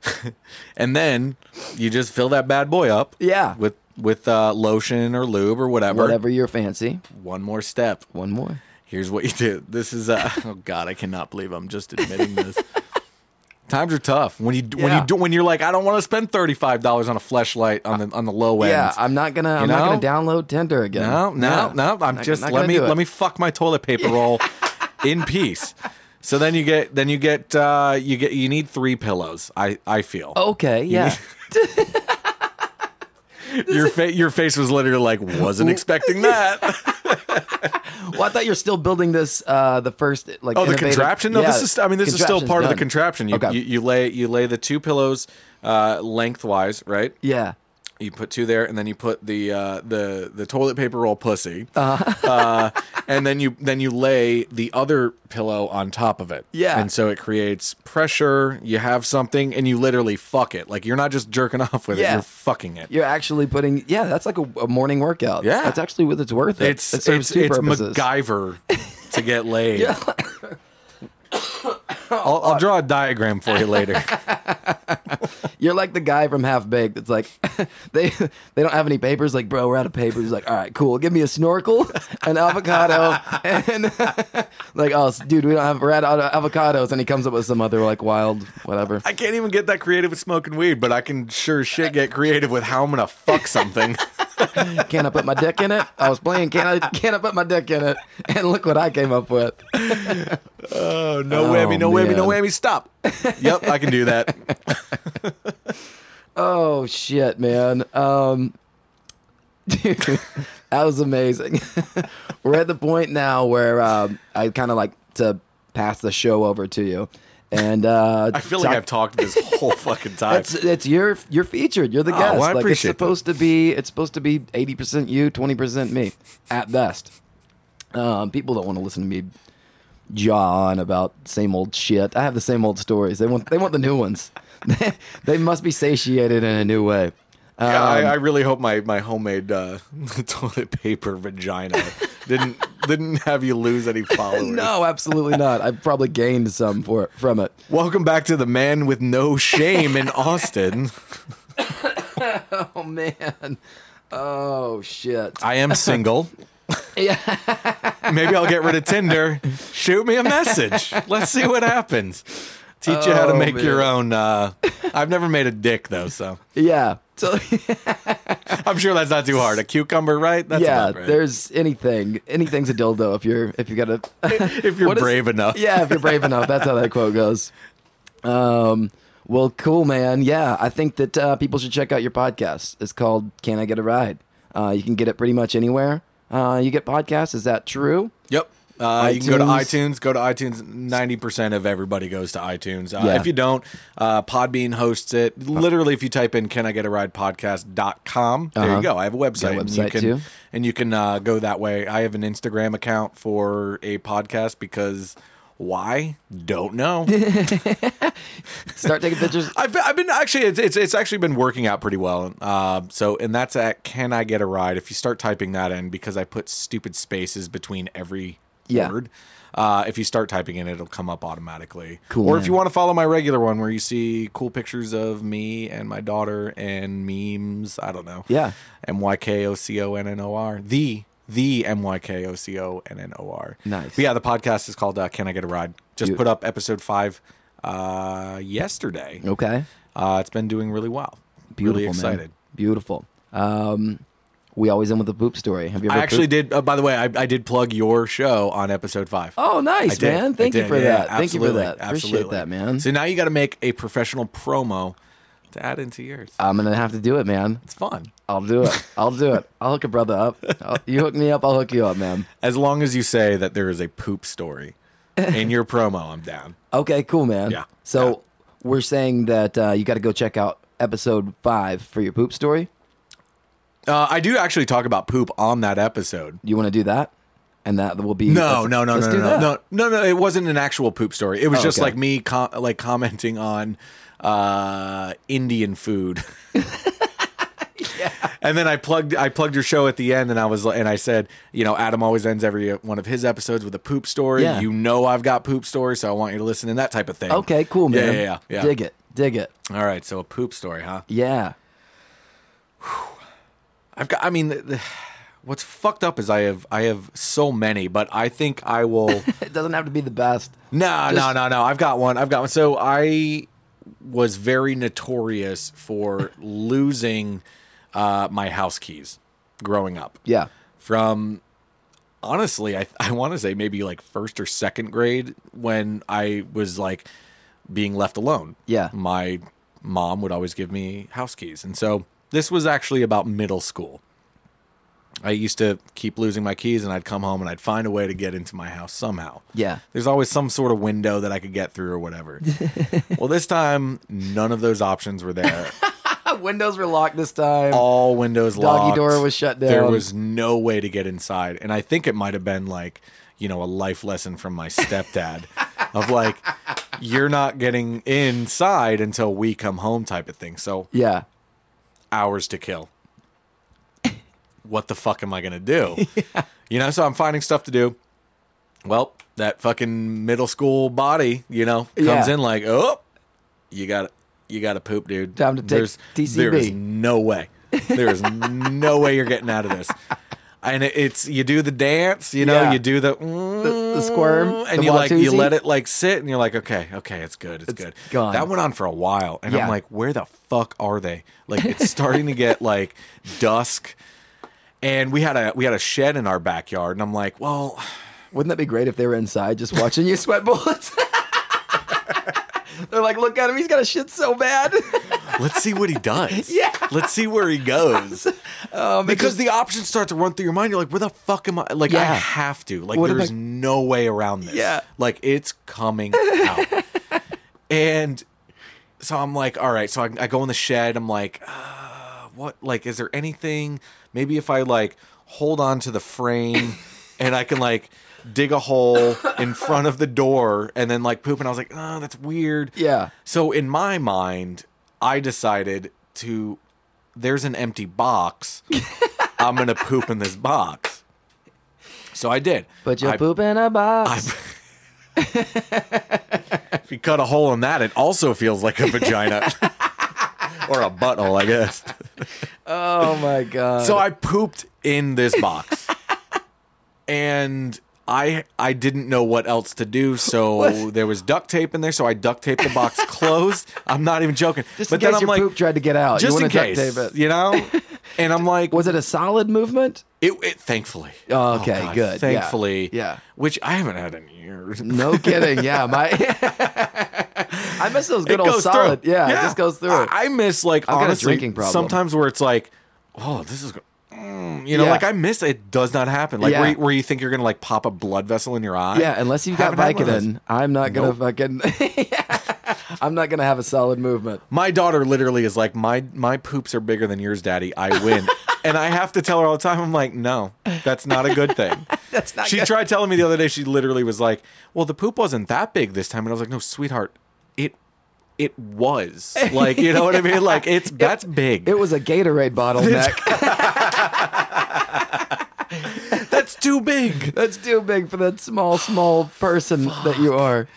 B: and then you just fill that bad boy up.
A: Yeah.
B: With with uh, lotion or lube or whatever.
A: Whatever your fancy.
B: One more step.
A: One more.
B: Here's what you do. This is uh, oh god, I cannot believe I'm just admitting this. Times are tough when you when
A: Yeah.
B: you do when you're like I don't want to spend thirty five dollars on a flashlight on the on the low end.
A: Yeah, I'm not gonna. I'm not
B: know?
A: gonna download Tinder again.
B: No, no,
A: Yeah.
B: no. I'm
A: Not-
B: just
A: not
B: let
A: gonna
B: me
A: do it.
B: let me fuck my toilet paper roll in peace. So then you get then you get uh you get you need three pillows. I I feel.
A: Okay, yeah.
B: Your fa- your face was literally like wasn't expecting that.
A: Well, I thought you're still building this. Uh, the first like.
B: Oh, the
A: innovative-
B: contraption. No,
A: Yeah,
B: this is I mean this is still
A: contraption's
B: part of the
A: done.
B: contraption. You,
A: Okay.
B: you you lay you lay the two pillows uh lengthwise, right?
A: Yeah.
B: you put two there, and then you put the uh, the the toilet paper roll pussy, uh and then you then you lay the other pillow on top of it.
A: Yeah.
B: and so it creates pressure. You have something, and you literally fuck it. Like you're not just jerking off with it;
A: Yeah.
B: you're fucking it.
A: You're actually putting. Yeah, that's like a, a morning workout.
B: Yeah.
A: that's actually what it's worth. It.
B: It's
A: it
B: it's
A: serves
B: it's,
A: two
B: it's
A: purposes.
B: MacGyver to get laid.
A: Yeah.
B: I'll, I'll draw a diagram for you later.
A: You're like the guy from Half Baked. That's like, they they don't have any papers. Like, bro, we're out of papers. He's like, all right, cool. Give me a snorkel, an avocado, and like, oh, dude, we don't have we're out of avocados. And he comes up with some other like wild whatever.
B: I can't even get that creative with smoking weed, but I can sure shit get creative with how I'm gonna fuck something.
A: Can I put my dick in it? I was playing. Can I? Can I put my dick in it? And look what I came up with.
B: Oh, no
A: Oh,
B: whammy, no whammy, no
A: man.
B: whammy, stop. yep, I can do that.
A: Oh shit, man. Um, dude, that was amazing. We're at the point now where um, I kind of like to pass the show over to you, and uh,
B: I feel like I've talked this whole fucking time.
A: It's it's your you're featured. You're the guest.
B: Oh, well, I
A: like it's
B: appreciate that.
A: supposed to be it's supposed to be eighty percent you, twenty percent me, at best. Um, people don't want to listen to me jaw on about same old shit. I have the same old stories. They want they want the new ones. they must be satiated in a new way. Um,
B: Yeah, I, I really hope my my homemade uh, toilet paper vagina didn't didn't have you lose any followers.
A: No, absolutely not. I probably gained some for from it.
B: Welcome back to the man with no shame in Austin.
A: Oh man. Oh shit.
B: I am single.
A: Yeah.
B: Maybe I'll get rid of Tinder. Shoot me a message. Let's see what happens. Teach you how to
A: Oh,
B: make your
A: man.
B: own. Uh, I've never made a dick though, so
A: Yeah. So
B: I'm sure that's not too hard. A cucumber, right? That's
A: yeah,
B: about right.
A: there's anything. Anything's a dildo if you're if you got a
B: if you're
A: What is-
B: brave enough.
A: yeah, if you're brave enough, that's how that quote goes. Um, well, cool, man. Yeah, I think that uh, people should check out your podcast. It's called "Can I Get a Ride." Uh, you can get it pretty much anywhere. Uh, you get podcasts. Is that true?
B: Yep. Uh, you can go to
A: iTunes.
B: iTunes. Go to iTunes. Ninety percent of everybody goes to iTunes. Uh,
A: Yeah.
B: If you don't, uh, Podbean hosts it. Literally, if you type in "Can I Get a Ride Podcast.com, there
A: Uh-huh.
B: you go. I have a website. and you
A: website,
B: can,
A: too.
B: And you can uh, go that way. I have an Instagram account for a podcast because why? Don't know.
A: Start taking pictures.
B: I've, I've been actually it's, it's it's actually been working out pretty well. Uh, so and that's at can I get a ride? If you start typing that in, because I put stupid spaces between every
A: Yeah.
B: word. Uh, if you start typing in, it'll come up automatically.
A: Cool,
B: Or if
A: man.
B: you want to follow my regular one, where you see cool pictures of me and my daughter and memes. I don't know.
A: Yeah.
B: M Y K O C O N N O R. The the M Y K O C O N N O R.
A: Nice.
B: But yeah, the podcast is called uh, Can I Get a Ride? Just
A: You-
B: put up episode five uh, yesterday.
A: Okay.
B: Uh, it's been doing really well.
A: Beautiful,
B: really excited.
A: man. Beautiful. Um, we always end with a poop story. Have you ever
B: I actually
A: pooped?
B: did. Uh, by the way, I, I did plug your show on episode five.
A: Oh,
B: I
A: nice,
B: did.
A: man.
B: I
A: Thank you
B: did.
A: for
B: Yeah,
A: that. Thank you
B: absolutely.
A: for that. Appreciate
B: Absolutely.
A: that, man.
B: So now you got to make a professional promo to add into yours.
A: I'm gonna have to do it, man.
B: It's fun.
A: I'll do it. I'll do it. I'll hook a brother up. I'll, you hook me up. I'll hook you up, man.
B: As long as you say that there is a poop story in your promo, I'm down.
A: Okay, cool, man.
B: Yeah.
A: So
B: Yeah.
A: we're saying that uh, you got to go check out episode five for your poop story.
B: Uh, I do actually talk about poop on that episode.
A: You want to do that? And that will be
B: No,
A: let's-
B: no, no,
A: let's
B: no,
A: do
B: no, no,
A: that.
B: no, no, no. It wasn't an actual poop story. It was
A: Oh,
B: just
A: okay.
B: like me, com- like commenting on uh, Indian food. And then I plugged, I plugged your show at the end, and I was, like- and I said, you know, Adam always ends every one of his episodes with a poop story.
A: Yeah.
B: You know, I've got poop stories, so I want you to listen and that type of thing.
A: Okay, cool,
B: Yeah,
A: man.
B: yeah, yeah, yeah.
A: Dig it. Dig it.
B: All right, so a poop story, huh?
A: Yeah.
B: I've got. I mean, the, the, what's fucked up is I have, I have so many, but I think I will.
A: It doesn't have to be the best.
B: No, no,
A: Just-
B: no, no. I've got one. I've got one. So I was very notorious for losing uh, my house keys growing up.
A: Yeah.
B: From honestly, I, I want to say maybe like first or second grade when I was like being left alone.
A: Yeah.
B: My mom would always give me house keys. And so this was actually about middle school. I used to keep losing my keys and I'd come home and I'd find a way to get into my house somehow.
A: Yeah.
B: There's always some sort of window that I could get through or whatever. well, this time, none of those options were there.
A: Windows were locked this time.
B: All windows
A: Doggy
B: locked.
A: door was shut
B: There
A: down.
B: was no way to get inside. And I think it might have been like, you know, a life lesson from my stepdad of like, you're not getting inside until we come home type of thing. So
A: yeah.
B: hours to kill. what the fuck am I gonna do? You know, so I'm finding stuff to do. Well, that fucking middle school body, you know, comes
A: Yeah.
B: in like, oh, you got you got to poop, dude.
A: Time to take
B: There is
A: TCB.
B: no way. There is no way you're getting out of this. And it- it's you do the dance, you know,
A: Yeah.
B: you do the mm,
A: the squirm,
B: and
A: the
B: you like you
A: Watusi.
B: let it like sit, and you're like, okay, okay, it's good, it's, good.
A: gone.
B: That went on for a while, and
A: Yeah.
B: I'm like, where the fuck are they? Like, it's starting to get like dusk, and we had a we had a shed in our backyard, and I'm like, well,
A: Wouldn't that be great if they were inside just watching you sweat bullets? They're like, look at him. He's got a shit so bad.
B: let's see what he does.
A: Yeah.
B: let's see where he goes.
A: um, it
B: Because the options start to run through your mind, you're like, where the fuck am I? Like, I
A: Yeah.
B: have to. Like,
A: What am
B: there's
A: I-
B: no way around this.
A: Yeah.
B: Like, it's coming out. and so I'm like, all right. So I, I go in the shed. I'm like, uh, what? Like, is there anything? Maybe if I like hold on to the frame and I can like dig a hole in front of the door and then like poop. And I was like, oh, that's weird.
A: Yeah.
B: So in my mind, I decided to there's an empty box. I'm gonna poop in this box. So I did.
A: Put your
B: I,
A: poop in a box.
B: If you cut a hole in that, it also feels like a vagina. or a butthole, I guess.
A: oh my god.
B: So I pooped in this box. and I I didn't know what else to do, so there was duct tape in there, so I duct taped the box closed. I'm not even joking.
A: just
B: but
A: in case
B: then I'm
A: your
B: like
A: poop tried to get out.
B: just
A: you
B: in
A: wanna duct
B: case,
A: Tape it.
B: you know. And I'm like,
A: Was it a solid movement?
B: it, it thankfully.
A: Oh, okay, good. Yeah.
B: Thankfully,
A: Yeah.
B: Which I haven't had in years.
A: No kidding. Yeah, my. I miss those good
B: It
A: old
B: goes
A: solid.
B: through.
A: Yeah, it just goes through.
B: I, I miss like
A: got a
B: honestly
A: drinking problem.
B: sometimes where it's like, oh, this is. Mm, you know,
A: Yeah.
B: like I miss it does not happen. Like
A: Yeah.
B: where, you, where you think you're gonna like pop a blood vessel in your eye.
A: yeah, unless you've got
B: Haven't had one of those.
A: Vicodin, I'm not gonna fucking. I'm not gonna have a solid movement.
B: My daughter literally is like, my my poops are bigger than yours, daddy. I win. and I have to tell her all the time. I'm like, no, that's not a good thing.
A: That's not
B: She
A: good.
B: tried telling me the other day. She literally was like, "Well, the poop wasn't that big this time," and I was like, "No, sweetheart, it it was like you know what I mean. Like it's that's big.
A: It was a Gatorade bottle, Mac.
B: that's too big."
A: That's too big for that small, small person that you are.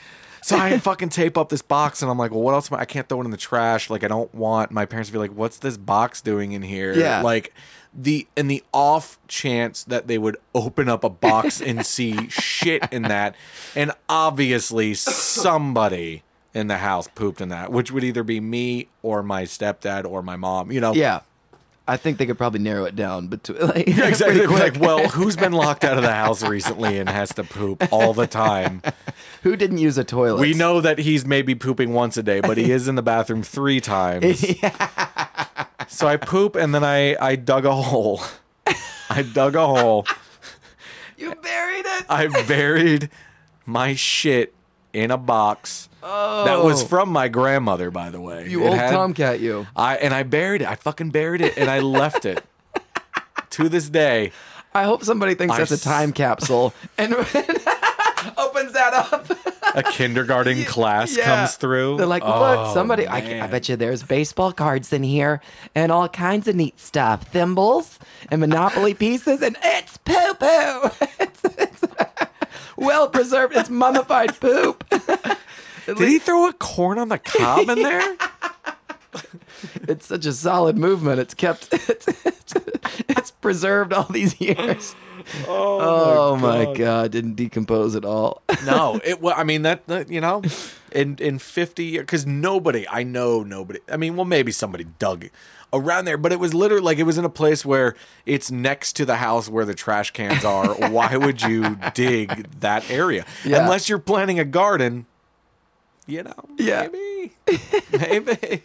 B: So I fucking tape up this box, and I'm like, "Well, what else? Am I, I can't throw it in the trash. Like I don't want my parents to be like, what's this box doing in here?
A: Yeah.
B: Like the and the off chance that they would open up a box and see shit in that, and obviously somebody in the house pooped in that, which would either be me or my stepdad or my mom. You know,
A: Yeah. I think they could probably narrow it down, but to, like,
B: Yeah, exactly.
A: pretty
B: We're
A: quick.
B: Like, well, who's been locked out of the house recently and has to poop all the time?
A: who didn't use a toilet?
B: We know that he's maybe pooping once a day, but he is in the bathroom three times. So I poop and then I, I dug a hole. I dug a hole.
A: you buried it.
B: I buried my shit in a box. That was
A: Oh.
B: from my grandmother, by the way.
A: you
B: It
A: old
B: had-
A: tomcat, you.
B: I and I buried it. I fucking buried it and I left it. to this day,
A: I hope somebody thinks
B: I
A: that's a
B: s-
A: time capsule and opens that up.
B: a kindergarten class
A: Yeah.
B: comes through.
A: They're like, look,
B: Oh,
A: somebody. I, I
B: man.
A: bet you there's baseball cards in here and all kinds of neat stuff, thimbles and Monopoly pieces, and it's poo poo. it's, it's well preserved. It's mummified poop.
B: Did he throw a corn on the cob in there?
A: It's such a solid movement. It's kept. It's, it's, it's preserved all these years. Oh, my god. Didn't decompose at all.
B: no, it. Well, I mean that, that, you know, in in fifty because nobody I know nobody. I mean, well maybe somebody dug around there, but it was literally like it was in a place where it's next to the house where the trash cans are. Why would you dig that area
A: Yeah.
B: unless you're planting a garden? You know,
A: Yeah.
B: maybe, maybe.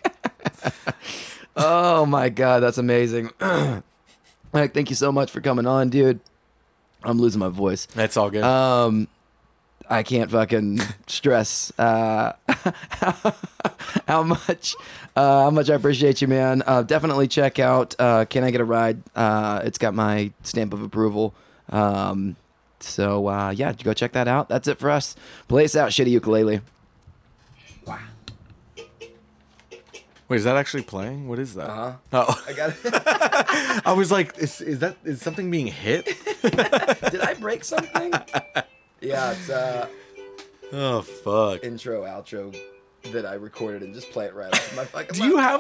A: Oh my god, that's amazing. Mike, thank you so much for coming on, dude. I'm losing my voice.
B: That's all good.
A: Um, I can't fucking stress uh, how much uh, how much I appreciate you, man. Uh, definitely check out uh, "Can I Get a Ride." Uh, it's got my stamp of approval. Um, so uh, yeah, go check that out. That's it for us. Place out, shitty ukulele.
B: Wait, is that actually playing? What is that? Uh-huh. Oh, I got it. I was like, is, is that is something being hit?
A: Did I break something? yeah, it's uh,
B: Oh fuck.
A: intro outro that I recorded and just play it right off my fucking.
B: Do you have